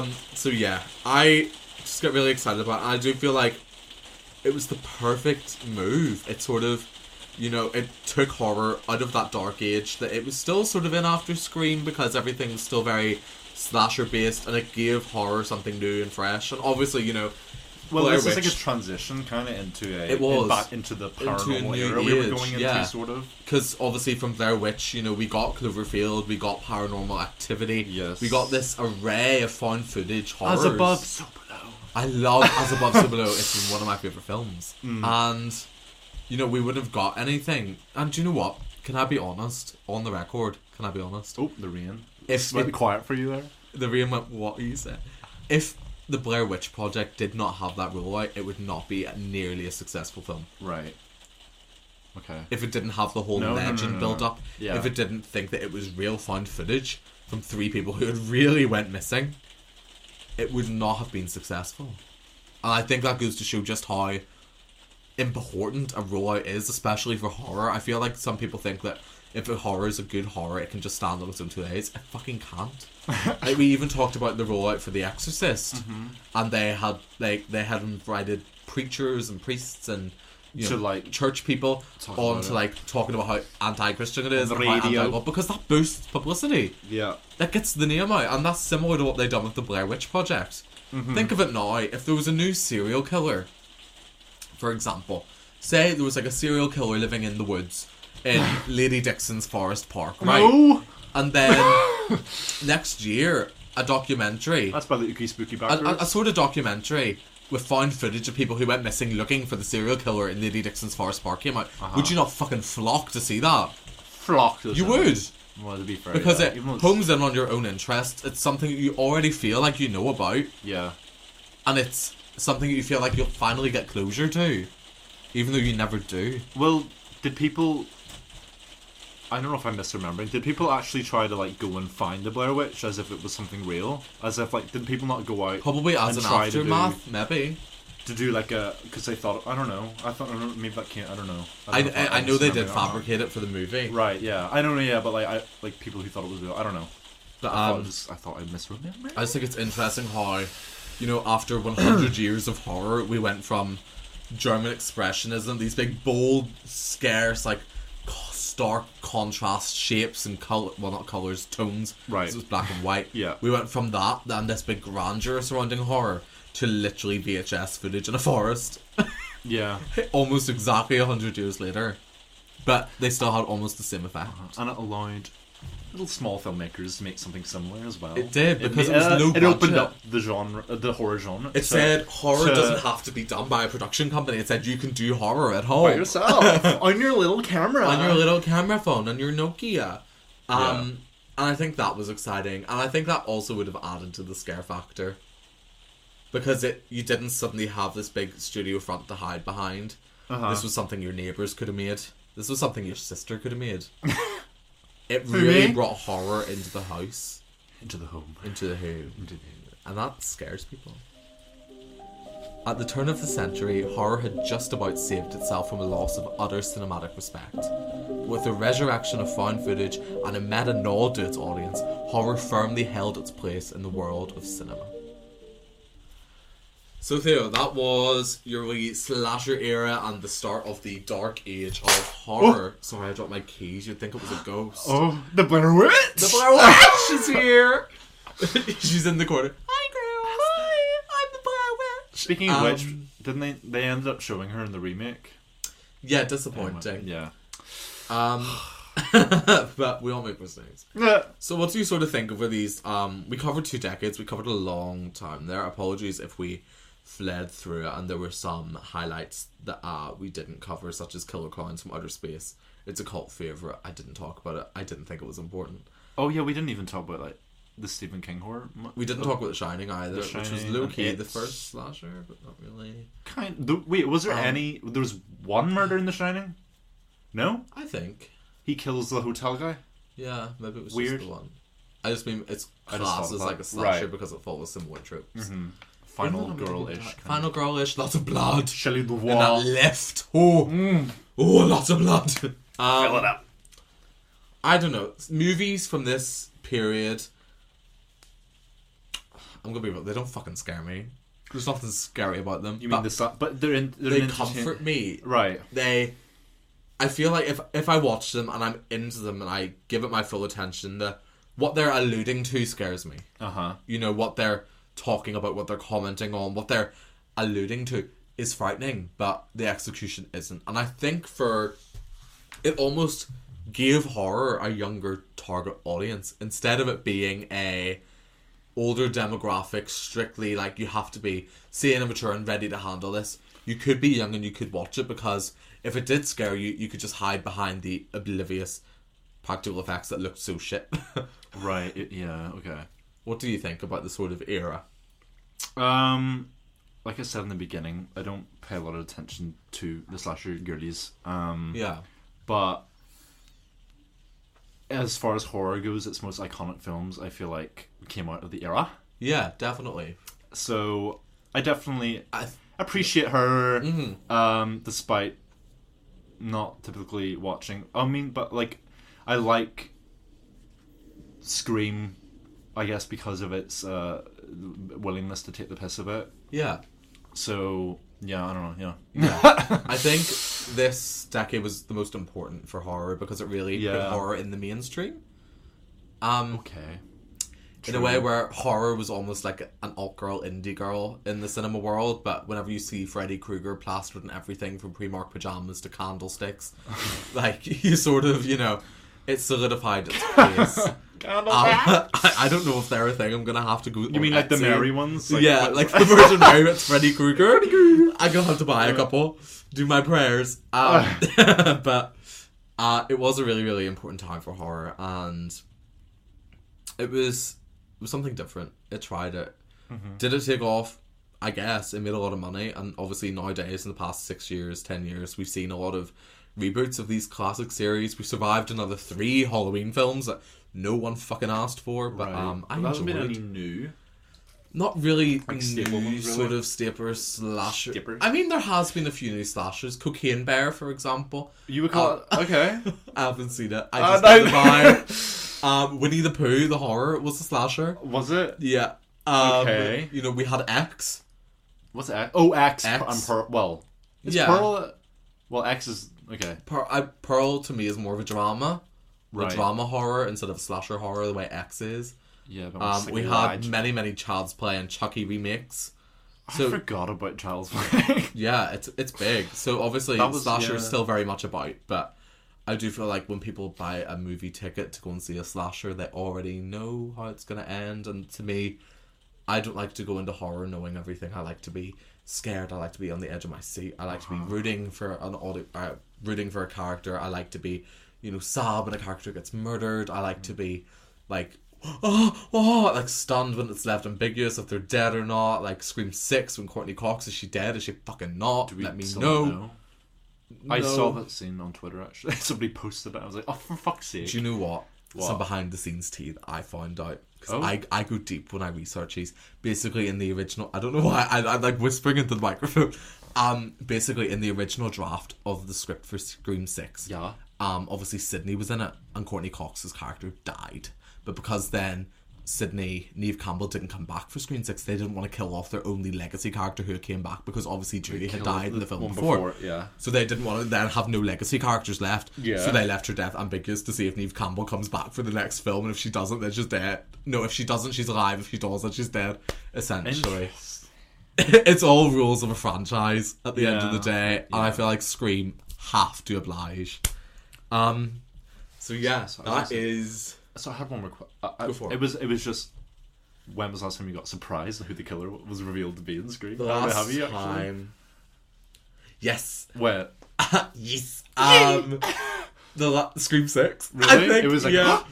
[SPEAKER 4] Um, so yeah, I just get really excited about it. I do feel like it was the perfect move. It sort of, you know, it took horror out of that dark age that it was still sort of in after Scream because everything was still very slasher based and it gave horror something new and fresh. And obviously, you know,
[SPEAKER 5] Well,
[SPEAKER 4] Blair
[SPEAKER 5] this is like a
[SPEAKER 4] Witch.
[SPEAKER 5] transition kind of into a
[SPEAKER 4] It was.
[SPEAKER 5] in- back into the
[SPEAKER 4] Into a
[SPEAKER 5] paranormal
[SPEAKER 4] new
[SPEAKER 5] era we
[SPEAKER 4] age,
[SPEAKER 5] were going into,
[SPEAKER 4] yeah.
[SPEAKER 5] sort of.
[SPEAKER 4] because obviously from Blair Witch, you know, we got Cloverfield, we got Paranormal Activity,
[SPEAKER 5] Yes.
[SPEAKER 4] we got this array of found footage horror.
[SPEAKER 5] As above, so below.
[SPEAKER 4] I love As Above, So Below. It's one of my favourite films. And, you know, we wouldn't have got anything. And do you know what? Can I be honest? On the record, can I be honest?
[SPEAKER 5] Oh, the rain.
[SPEAKER 4] If-
[SPEAKER 5] went quiet for you there.
[SPEAKER 4] The Ream went, what you said? If the Blair Witch Project did not have that rollout, it would not be a nearly a successful film.
[SPEAKER 5] Right. Okay.
[SPEAKER 4] If it didn't have the whole
[SPEAKER 5] No, no, no,
[SPEAKER 4] legend
[SPEAKER 5] no, no.
[SPEAKER 4] build up,
[SPEAKER 5] Yeah.
[SPEAKER 4] if it didn't think that it was real found footage from three people who had really went missing, it would not have been successful. And I think that goes to show just how important a rollout is, especially for horror. I feel like some people think that if a horror is a good horror, it can just stand on its own two legs. It fucking can't. like we even talked about the rollout for The Exorcist,
[SPEAKER 5] Mm-hmm.
[SPEAKER 4] and they had like they had invited preachers and priests and you know,
[SPEAKER 5] To, like,
[SPEAKER 4] church people
[SPEAKER 5] talk
[SPEAKER 4] on
[SPEAKER 5] about
[SPEAKER 4] to
[SPEAKER 5] it.
[SPEAKER 4] like talking about how anti-Christian it is,
[SPEAKER 5] the
[SPEAKER 4] and how
[SPEAKER 5] radio.
[SPEAKER 4] anti- because that boosts publicity
[SPEAKER 5] Yeah.
[SPEAKER 4] that gets the name out, and that's similar to what they done with the Blair Witch Project.
[SPEAKER 5] Mm-hmm.
[SPEAKER 4] Think of it now: if there was a new serial killer, for example, say there was like a serial killer living in the woods in Lady Dixon's Forest Park, right?
[SPEAKER 5] No!
[SPEAKER 4] And then next year, a documentary, a,
[SPEAKER 5] That's by the Ookie Spooky
[SPEAKER 4] a,
[SPEAKER 5] Backers.
[SPEAKER 4] a sort of documentary we found footage of people who went missing looking for the serial killer in Lady Dixon's Forest Park came out,
[SPEAKER 5] Uh-huh.
[SPEAKER 4] would you not fucking flock to see that?
[SPEAKER 5] Flock.
[SPEAKER 4] You would.
[SPEAKER 5] Well, to be fair,
[SPEAKER 4] Because
[SPEAKER 5] yeah.
[SPEAKER 4] it
[SPEAKER 5] Even though it's-
[SPEAKER 4] homes in on your own interest. It's something that you already feel like you know about,
[SPEAKER 5] Yeah.
[SPEAKER 4] and it's something that you feel like you'll finally get closure to, even though you never do.
[SPEAKER 5] Well, did people? I don't know if I'm misremembering. Did people actually try to like go and find the Blair Witch as if it was something real? As if like did people not go out
[SPEAKER 4] Probably as
[SPEAKER 5] and
[SPEAKER 4] an
[SPEAKER 5] try
[SPEAKER 4] aftermath, maybe.
[SPEAKER 5] to do, to do like a because they thought I don't know I thought I don't know, maybe that can't I don't know
[SPEAKER 4] I,
[SPEAKER 5] don't
[SPEAKER 4] I,
[SPEAKER 5] if
[SPEAKER 4] I know they
[SPEAKER 5] misremembering
[SPEAKER 4] did
[SPEAKER 5] or not.
[SPEAKER 4] fabricate it for the movie.
[SPEAKER 5] uh-huh. Right, yeah, I don't know, yeah, but like I like people who thought it was real. I don't know.
[SPEAKER 4] But,
[SPEAKER 5] I, thought
[SPEAKER 4] um,
[SPEAKER 5] it was, I thought I misremembered.
[SPEAKER 4] I just think it's interesting how, you know, after 100 years of horror, we went from German expressionism, these big, bold, scarce, like co- stark contrast shapes and color, well, not colors, tones.
[SPEAKER 5] Right.
[SPEAKER 4] This was black and white.
[SPEAKER 5] Yeah.
[SPEAKER 4] We went from that and this big grandeur surrounding horror to literally VHS footage in a forest,
[SPEAKER 5] Yeah,
[SPEAKER 4] almost exactly 100 years later. But they still had almost the same effect.
[SPEAKER 5] and it allowed little small filmmakers to make something similar as well.
[SPEAKER 4] It did, because
[SPEAKER 5] ma-
[SPEAKER 4] it was
[SPEAKER 5] uh,
[SPEAKER 4] low
[SPEAKER 5] It opened
[SPEAKER 4] budget.
[SPEAKER 5] up the genre, uh, the horror genre.
[SPEAKER 4] It
[SPEAKER 5] to-
[SPEAKER 4] said horror
[SPEAKER 5] to-
[SPEAKER 4] doesn't have to be done by a production company. It said you can do horror at
[SPEAKER 5] by
[SPEAKER 4] home.
[SPEAKER 5] yourself on your little camera.
[SPEAKER 4] on your little camera phone, on your Nokia. Um, And I think that was exciting. And I think that also would have added to the scare factor. Because it you didn't suddenly have this big studio front to hide behind.
[SPEAKER 5] Uh-huh.
[SPEAKER 4] This was something your neighbours could have made. This was something your sister could have made. it really
[SPEAKER 5] me?
[SPEAKER 4] brought horror into the house,
[SPEAKER 5] into the home.
[SPEAKER 4] into the home. And that scares people. At the turn of the century, horror had just about saved itself from a loss of utter cinematic respect. With the resurrection of found footage and a meta nod to its audience, horror firmly held its place in the world of cinema. So, Theo, that was your wee slasher era and the start of the dark age of horror. Sorry, I dropped my keys. You'd think it was a ghost.
[SPEAKER 5] Oh, the Blair Witch.
[SPEAKER 4] The Blair Witch is here. She's in the corner. Hi, girls. Hi. I'm the Blair Witch.
[SPEAKER 5] Speaking of
[SPEAKER 4] Um,
[SPEAKER 5] which, didn't they? They ended up showing her in the remake.
[SPEAKER 4] Yeah, disappointing.
[SPEAKER 5] Yeah.
[SPEAKER 4] Um, but we all make mistakes.
[SPEAKER 5] Yeah.
[SPEAKER 4] So, what do you sort of think over these? Um, we covered two decades. We covered a long time there. Apologies if we fled through it and there were some highlights that uh, we didn't cover, such as Killer Clowns from Outer Space. It's a cult favorite. I didn't talk about it. I didn't think it was important.
[SPEAKER 5] Oh yeah, we didn't even talk about like the Stephen King horror. uh, mo-
[SPEAKER 4] We didn't talk about Oh. The Shining either,
[SPEAKER 5] The
[SPEAKER 4] which was
[SPEAKER 5] Shining
[SPEAKER 4] low
[SPEAKER 5] and
[SPEAKER 4] key
[SPEAKER 5] It.
[SPEAKER 4] the first slasher, but not really.
[SPEAKER 5] Kind. The, wait, was there any? There was one murder in The Shining. No,
[SPEAKER 4] I think.
[SPEAKER 5] he kills the hotel guy.
[SPEAKER 4] Yeah, maybe it was
[SPEAKER 5] Weird.
[SPEAKER 4] just the one. I just mean it's
[SPEAKER 5] I just thought
[SPEAKER 4] classed as
[SPEAKER 5] that-
[SPEAKER 4] like a slasher
[SPEAKER 5] right. Mm-hmm.
[SPEAKER 4] because it follows similar tropes.
[SPEAKER 5] Final
[SPEAKER 4] Isn't that amazing?
[SPEAKER 5] girl-ish. kind of-
[SPEAKER 4] Final girlish, lots of blood.
[SPEAKER 5] Shelley the
[SPEAKER 4] And that
[SPEAKER 5] wall.
[SPEAKER 4] left. Oh, oh, lots of blood. Um,
[SPEAKER 5] it up.
[SPEAKER 4] I don't know. Movies from this period. I'm gonna be real. They don't fucking scare me. There's nothing scary about them.
[SPEAKER 5] You
[SPEAKER 4] but
[SPEAKER 5] mean the sun? But they're in. They're
[SPEAKER 4] They
[SPEAKER 5] an
[SPEAKER 4] comfort
[SPEAKER 5] entertain-
[SPEAKER 4] me.
[SPEAKER 5] Right.
[SPEAKER 4] They. I feel like if if I watch them and I'm into them and I give it my full attention, the what they're alluding to scares me.
[SPEAKER 5] Uh huh.
[SPEAKER 4] you know what they're talking about, what they're commenting on, what they're alluding to is frightening, but the execution isn't. And I think for it almost gave horror a younger target audience instead of it being a older demographic strictly like you have to be sane and mature and ready to handle this. You could be young and you could watch it because if it did scare you, you could just hide behind the oblivious practical effects that looked so shit.
[SPEAKER 5] Right. it- yeah. Okay.
[SPEAKER 4] what do you think about the sort of era?
[SPEAKER 5] Um, like I said in the beginning, I don't pay a lot of attention to the slasher girlies. Um,
[SPEAKER 4] Yeah.
[SPEAKER 5] but as far as horror goes, its most iconic films I feel like came out of the era.
[SPEAKER 4] Yeah, definitely.
[SPEAKER 5] So I definitely
[SPEAKER 4] I th-
[SPEAKER 5] appreciate her, um, despite not typically watching. I mean, but like, I like Scream, I guess, because of its uh, willingness to take the piss a bit.
[SPEAKER 4] yeah.
[SPEAKER 5] So yeah, I don't know. Yeah,
[SPEAKER 4] I think this decade was the most important for horror because it really put
[SPEAKER 5] Yeah.
[SPEAKER 4] horror in the mainstream. Um,
[SPEAKER 5] okay.
[SPEAKER 4] in a way where horror was almost like an alt girl, indie girl in the cinema world, but whenever you see Freddy Krueger plastered in everything from Primark pajamas to candlesticks, like you sort of, you know, it solidified its place.
[SPEAKER 5] candle
[SPEAKER 4] I, I don't know if they're a thing. I'm gonna have to go.
[SPEAKER 5] You mean like the Mary ones?
[SPEAKER 4] yeah,
[SPEAKER 5] what-
[SPEAKER 4] like the Virgin Mary with Freddy Krueger. I'm gonna have to buy a couple. Do my prayers. Um, but uh, it was a really, really important time for horror, and it was it was something different. It tried it. Did it take off? I guess it made a lot of money, and obviously nowadays, in the past six years, ten years, we've seen a lot of reboots of these classic series. We survived another three Halloween films that no one fucking asked for, but um, I
[SPEAKER 5] there hasn't
[SPEAKER 4] enjoyed.
[SPEAKER 5] been any new.
[SPEAKER 4] Not really new
[SPEAKER 5] staple ones, really.
[SPEAKER 4] sort of stapler slasher.
[SPEAKER 5] Stapler.
[SPEAKER 4] I mean, there has been a few new slashers. Cocaine Bear, for example.
[SPEAKER 5] You would call it okay.
[SPEAKER 4] I haven't seen it. I
[SPEAKER 5] Uh,
[SPEAKER 4] just got
[SPEAKER 5] no.
[SPEAKER 4] the vibe. Um, Winnie the Pooh, the horror, was a slasher.
[SPEAKER 5] Was it?
[SPEAKER 4] Yeah. Um,
[SPEAKER 5] Okay.
[SPEAKER 4] You know, we had X.
[SPEAKER 5] What's X? Oh, X.
[SPEAKER 4] X.
[SPEAKER 5] I'm Pearl. Well, is
[SPEAKER 4] Yeah.
[SPEAKER 5] Pearl. a- Well, X is okay.
[SPEAKER 4] Pearl, I, Pearl to me is more of a drama,
[SPEAKER 5] Right.
[SPEAKER 4] a drama horror instead of slasher horror the way X is.
[SPEAKER 5] Yeah, but I'm
[SPEAKER 4] Um,
[SPEAKER 5] sick
[SPEAKER 4] we
[SPEAKER 5] of
[SPEAKER 4] had
[SPEAKER 5] Lodge.
[SPEAKER 4] many, many Child's Play and Chucky remakes.
[SPEAKER 5] I
[SPEAKER 4] so-
[SPEAKER 5] forgot about Child's Play.
[SPEAKER 4] Yeah, it's it's big. So obviously,
[SPEAKER 5] That was-
[SPEAKER 4] slasher is
[SPEAKER 5] yeah.
[SPEAKER 4] still very much about, but I do feel like when people buy a movie ticket to go and see a slasher, they already know how it's gonna end. And to me, I don't like to go into horror knowing everything. I like to be scared. I like to be on the edge of my seat. I like to be
[SPEAKER 5] Uh-huh.
[SPEAKER 4] rooting for an audi- uh, rooting for a character. I like to be, you know, sob when a character gets murdered. I like to be like. Oh, oh, like stunned when it's left ambiguous if they're dead or not. Like Scream Six when Courtney Cox is she dead? Is she fucking not?
[SPEAKER 5] Do we
[SPEAKER 4] Let me
[SPEAKER 5] still
[SPEAKER 4] know.
[SPEAKER 5] I
[SPEAKER 4] No.
[SPEAKER 5] saw that scene on Twitter actually. Somebody posted it. I was like, oh, for fuck's sake.
[SPEAKER 4] Do you know what?
[SPEAKER 5] What?
[SPEAKER 4] Some behind the scenes tea that I found out. Because
[SPEAKER 5] Oh.
[SPEAKER 4] I, I go deep when I research these. Basically, in the original, I don't know why I, I'm like whispering into the microphone. Um, basically, in the original draft of the script for Scream Six,
[SPEAKER 5] Yeah.
[SPEAKER 4] um, obviously Sydney was in it, and Courtney Cox's character died. But because then Sydney Neve Campbell didn't come back for Screen Six, they didn't want to kill off their only legacy character who came back because obviously Judy had
[SPEAKER 5] killed
[SPEAKER 4] died in
[SPEAKER 5] the
[SPEAKER 4] the film
[SPEAKER 5] one
[SPEAKER 4] before.
[SPEAKER 5] before, yeah.
[SPEAKER 4] So they didn't want to then have no legacy characters left.
[SPEAKER 5] Yeah.
[SPEAKER 4] So they left her death ambiguous to see if Neve Campbell comes back for the next film, and if she doesn't, then she's dead. No, if she doesn't, she's alive. If she does, then she's dead. Essentially
[SPEAKER 5] Interesting.
[SPEAKER 4] it's all rules of a franchise at the end of the
[SPEAKER 5] Yeah,
[SPEAKER 4] day, and I feel like Scream have to oblige. Um, so yeah,
[SPEAKER 5] So- so
[SPEAKER 4] that
[SPEAKER 5] that's-
[SPEAKER 4] is
[SPEAKER 5] So I had one request. I,
[SPEAKER 4] Go for it.
[SPEAKER 5] It was it was just when was the last time you got surprised who the killer was revealed to be in Scream?
[SPEAKER 4] the
[SPEAKER 5] I don't know,
[SPEAKER 4] last
[SPEAKER 5] have you actually?
[SPEAKER 4] time. Yes,
[SPEAKER 5] Where
[SPEAKER 4] yes. Um, the la- Scream Six.
[SPEAKER 5] Really?
[SPEAKER 4] I think,
[SPEAKER 5] It was like,
[SPEAKER 4] yeah,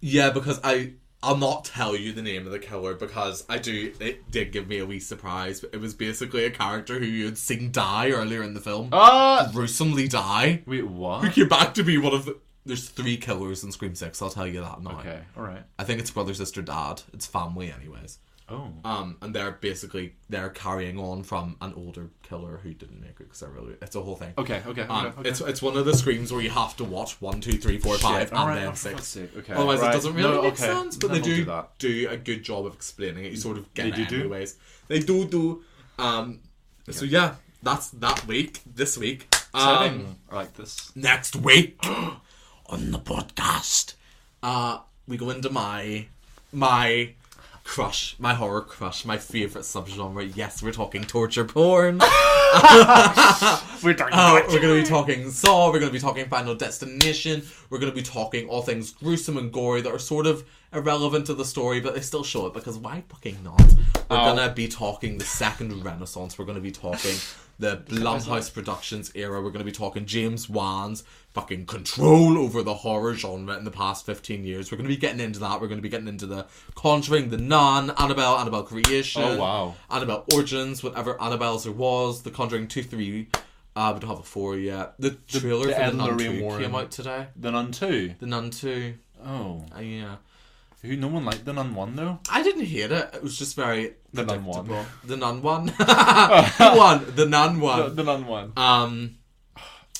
[SPEAKER 4] yeah, because I. I'll not tell you the name of the killer because I do. It did give me a wee surprise, but it was basically a character who you had seen die earlier in the film,
[SPEAKER 5] Ah!
[SPEAKER 4] gruesomely die.
[SPEAKER 5] Wait,
[SPEAKER 4] who
[SPEAKER 5] what?
[SPEAKER 4] came back to be one of the. There's three killers in Scream Six. I'll tell you that now.
[SPEAKER 5] Okay, all right.
[SPEAKER 4] I think it's brother, sister, dad. It's family, anyways.
[SPEAKER 5] Oh,
[SPEAKER 4] Um, and they're basically they're carrying on from an older killer who didn't make it because they're really it's a whole thing.
[SPEAKER 5] okay, okay.
[SPEAKER 4] Um,
[SPEAKER 5] okay, okay.
[SPEAKER 4] It's it's one of the screams where you have to watch one, two, three, four, five,
[SPEAKER 5] Shit,
[SPEAKER 4] and
[SPEAKER 5] alright,
[SPEAKER 4] then
[SPEAKER 5] oh, for fuck's
[SPEAKER 4] six.
[SPEAKER 5] sake, okay,
[SPEAKER 4] Otherwise,
[SPEAKER 5] right.
[SPEAKER 4] it doesn't really
[SPEAKER 5] No,
[SPEAKER 4] make
[SPEAKER 5] okay,
[SPEAKER 4] sense. But
[SPEAKER 5] then
[SPEAKER 4] they
[SPEAKER 5] we'll
[SPEAKER 4] do
[SPEAKER 5] do that.
[SPEAKER 4] do a good job of explaining it. You sort of get
[SPEAKER 5] They do
[SPEAKER 4] it
[SPEAKER 5] do?
[SPEAKER 4] anyways. They do do. Um, so yeah, that's that week. This week, um,
[SPEAKER 5] Exciting. I like this.
[SPEAKER 4] next week on the podcast. Uh, we go into my my crush, my horror crush, my favorite subgenre. Yes, we're talking torture porn.
[SPEAKER 5] We're talking
[SPEAKER 4] Uh, we're going to be talking Saw. We're going to be talking Final Destination. We're going to be talking all things gruesome and gory that are sort of irrelevant to the story, but they still show it because why fucking not? We're
[SPEAKER 5] Oh.
[SPEAKER 4] going to be talking the second Renaissance. We're going to be talking the Blumhouse Productions era. We're going to be talking James Wan's fucking control over the horror genre in the past 15 years. We're going to be getting into that. We're going to be getting into the Conjuring, the Nun, Annabelle, Annabelle Creation.
[SPEAKER 5] Oh, wow.
[SPEAKER 4] Annabelle Origins, whatever Annabelle's there was, The Conjuring 2, 3. Uh, we don't have a 4 yet. The trailer
[SPEAKER 5] the
[SPEAKER 4] for The
[SPEAKER 5] Ed
[SPEAKER 4] Nun
[SPEAKER 5] Lorraine
[SPEAKER 4] 2
[SPEAKER 5] Warren.
[SPEAKER 4] came out today.
[SPEAKER 5] the Nun Two.
[SPEAKER 4] The Nun 2.
[SPEAKER 5] Oh,
[SPEAKER 4] Uh, yeah.
[SPEAKER 5] who? No one liked the Nun One though.
[SPEAKER 4] I didn't hate it. It was just very.
[SPEAKER 5] The Nun
[SPEAKER 4] predictable.
[SPEAKER 5] one.
[SPEAKER 4] The Nun one. the one. The Nun
[SPEAKER 5] The,
[SPEAKER 4] one.
[SPEAKER 5] the Nun One.
[SPEAKER 4] Um,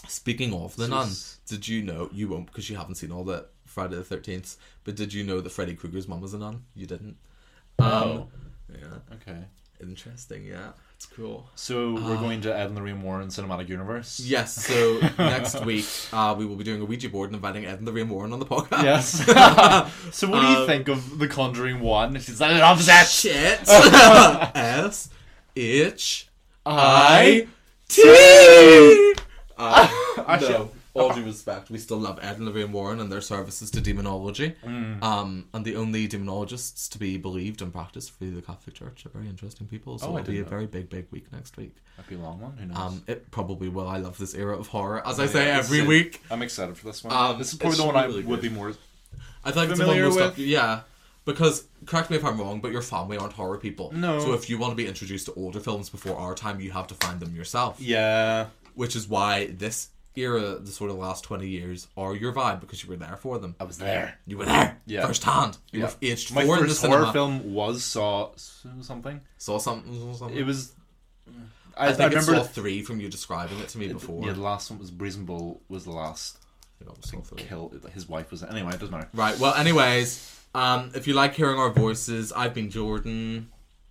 [SPEAKER 4] speaking of The Nun,
[SPEAKER 5] is-
[SPEAKER 4] did you know. You won't because you haven't seen all the Friday the 13th, but did you know that Freddy Krueger's mum was a nun? You didn't.
[SPEAKER 5] oh,
[SPEAKER 4] Yeah.
[SPEAKER 5] okay.
[SPEAKER 4] Interesting, yeah. It's cool.
[SPEAKER 5] So we're
[SPEAKER 4] Ah.
[SPEAKER 5] going to Ed and Lorraine Warren cinematic universe.
[SPEAKER 4] Yes, so next week uh, we will be doing a Ouija board and inviting Ed and the Rain Warren on the podcast.
[SPEAKER 5] Yes. so what do
[SPEAKER 4] Um,
[SPEAKER 5] you think of The Conjuring One? She's like, I love that.
[SPEAKER 4] Shit. S H I T. Uh,
[SPEAKER 5] Actually, oh,
[SPEAKER 4] no. all due respect, we still love Ed and Lorraine Warren and their services to demonology.
[SPEAKER 5] Mm.
[SPEAKER 4] Um, and the only demonologists to be believed and practiced through the Catholic Church are very interesting people. So
[SPEAKER 5] Oh, I
[SPEAKER 4] it'll be a
[SPEAKER 5] didn't know.
[SPEAKER 4] very big, big week next week.
[SPEAKER 5] Might be a long one. Who knows?
[SPEAKER 4] Um, it probably will. I love this era of horror, as I
[SPEAKER 5] Oh, Yeah,
[SPEAKER 4] say
[SPEAKER 5] it's
[SPEAKER 4] every
[SPEAKER 5] sick.
[SPEAKER 4] week.
[SPEAKER 5] I'm excited for this one.
[SPEAKER 4] Um,
[SPEAKER 5] this is
[SPEAKER 4] it
[SPEAKER 5] probably the
[SPEAKER 4] should
[SPEAKER 5] one
[SPEAKER 4] be
[SPEAKER 5] I
[SPEAKER 4] really
[SPEAKER 5] would
[SPEAKER 4] good.
[SPEAKER 5] be more.
[SPEAKER 4] I think it's the one
[SPEAKER 5] Familiar
[SPEAKER 4] most up-
[SPEAKER 5] with-
[SPEAKER 4] yeah. Because correct me if I'm wrong, but your family aren't horror people.
[SPEAKER 5] No.
[SPEAKER 4] So if you want to be introduced to older films before our time, you have to find them yourself.
[SPEAKER 5] Yeah.
[SPEAKER 4] Which is why this era, the sort of last twenty years, are your vibe because you were there for them.
[SPEAKER 5] I was there.
[SPEAKER 4] You were there,
[SPEAKER 5] Yeah.
[SPEAKER 4] firsthand. You
[SPEAKER 5] Yeah.
[SPEAKER 4] were aged
[SPEAKER 5] My
[SPEAKER 4] four in the
[SPEAKER 5] first horror
[SPEAKER 4] cinema.
[SPEAKER 5] film was Saw something.
[SPEAKER 4] Saw something. Saw something.
[SPEAKER 5] It was.
[SPEAKER 4] I,
[SPEAKER 5] I, I,
[SPEAKER 4] think it's
[SPEAKER 5] remember.
[SPEAKER 4] Saw three from you describing it to me before.
[SPEAKER 5] yeah, the last one was Brazen Bull. Was the last
[SPEAKER 4] You know, Saw three.
[SPEAKER 5] kill. His wife was anyway. It doesn't matter.
[SPEAKER 4] Right. Well, anyways, um, if you like hearing our voices, I've been Jordan.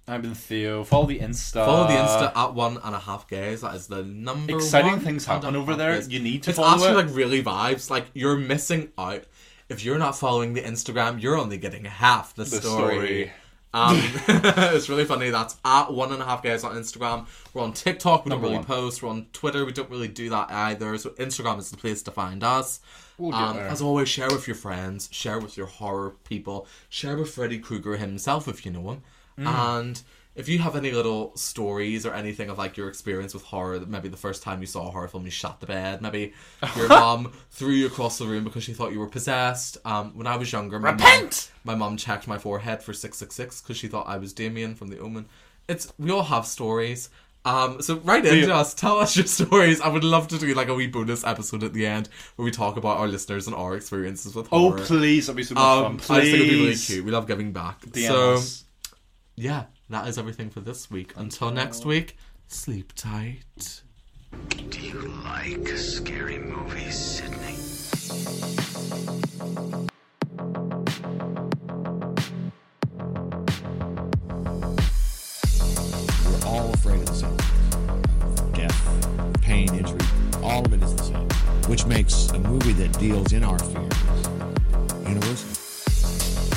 [SPEAKER 5] I've been Theo. Follow the Insta.
[SPEAKER 4] Follow the Insta at one and a half gays. That is the number.
[SPEAKER 5] uh, Exciting
[SPEAKER 4] one
[SPEAKER 5] things
[SPEAKER 4] and
[SPEAKER 5] happen
[SPEAKER 4] a
[SPEAKER 5] over
[SPEAKER 4] half
[SPEAKER 5] there.
[SPEAKER 4] gays.
[SPEAKER 5] You need to
[SPEAKER 4] It's
[SPEAKER 5] follow
[SPEAKER 4] actually
[SPEAKER 5] it.
[SPEAKER 4] like really vibes. Like you're missing out if you're not following the Instagram. You're only getting half the,
[SPEAKER 5] The
[SPEAKER 4] story.
[SPEAKER 5] story.
[SPEAKER 4] Um, it's really funny. That's at one and a half guys on Instagram. We're on TikTok. We
[SPEAKER 5] Number
[SPEAKER 4] don't really
[SPEAKER 5] one.
[SPEAKER 4] post. We're on Twitter. We don't really do that either. So Instagram is the place to find us.
[SPEAKER 5] We'll get
[SPEAKER 4] um,
[SPEAKER 5] there.
[SPEAKER 4] as always, share with your friends. Share with your horror people. Share with Freddy Krueger himself if you know him.
[SPEAKER 5] Mm.
[SPEAKER 4] And if you have any little stories or anything of like your experience with horror, that maybe the first time you saw a horror film, you shot the bed. Maybe your mom threw you across the room because she thought you were possessed. Um, when I was younger, my
[SPEAKER 5] Repent!
[SPEAKER 4] Mom, my mom checked my forehead for six six six because she thought I was Damien from The Omen. It's we all have stories. Um, so write in to us, tell us your stories. I would love to do like a wee bonus episode at the end where we talk about our listeners and our experiences with
[SPEAKER 5] Oh
[SPEAKER 4] horror.
[SPEAKER 5] please, that'd be so much
[SPEAKER 4] Um, I
[SPEAKER 5] fun.
[SPEAKER 4] just think it'd be really
[SPEAKER 5] Please.
[SPEAKER 4] cute. We love giving back.
[SPEAKER 5] DM
[SPEAKER 4] so
[SPEAKER 5] us.
[SPEAKER 4] yeah, that is everything for this week. Until next week, sleep tight.
[SPEAKER 2] Do you like scary movies, Sydney?
[SPEAKER 3] We're all afraid of the same. Death, pain, injury, all of it is the same. Which makes a movie that deals in our fears universal.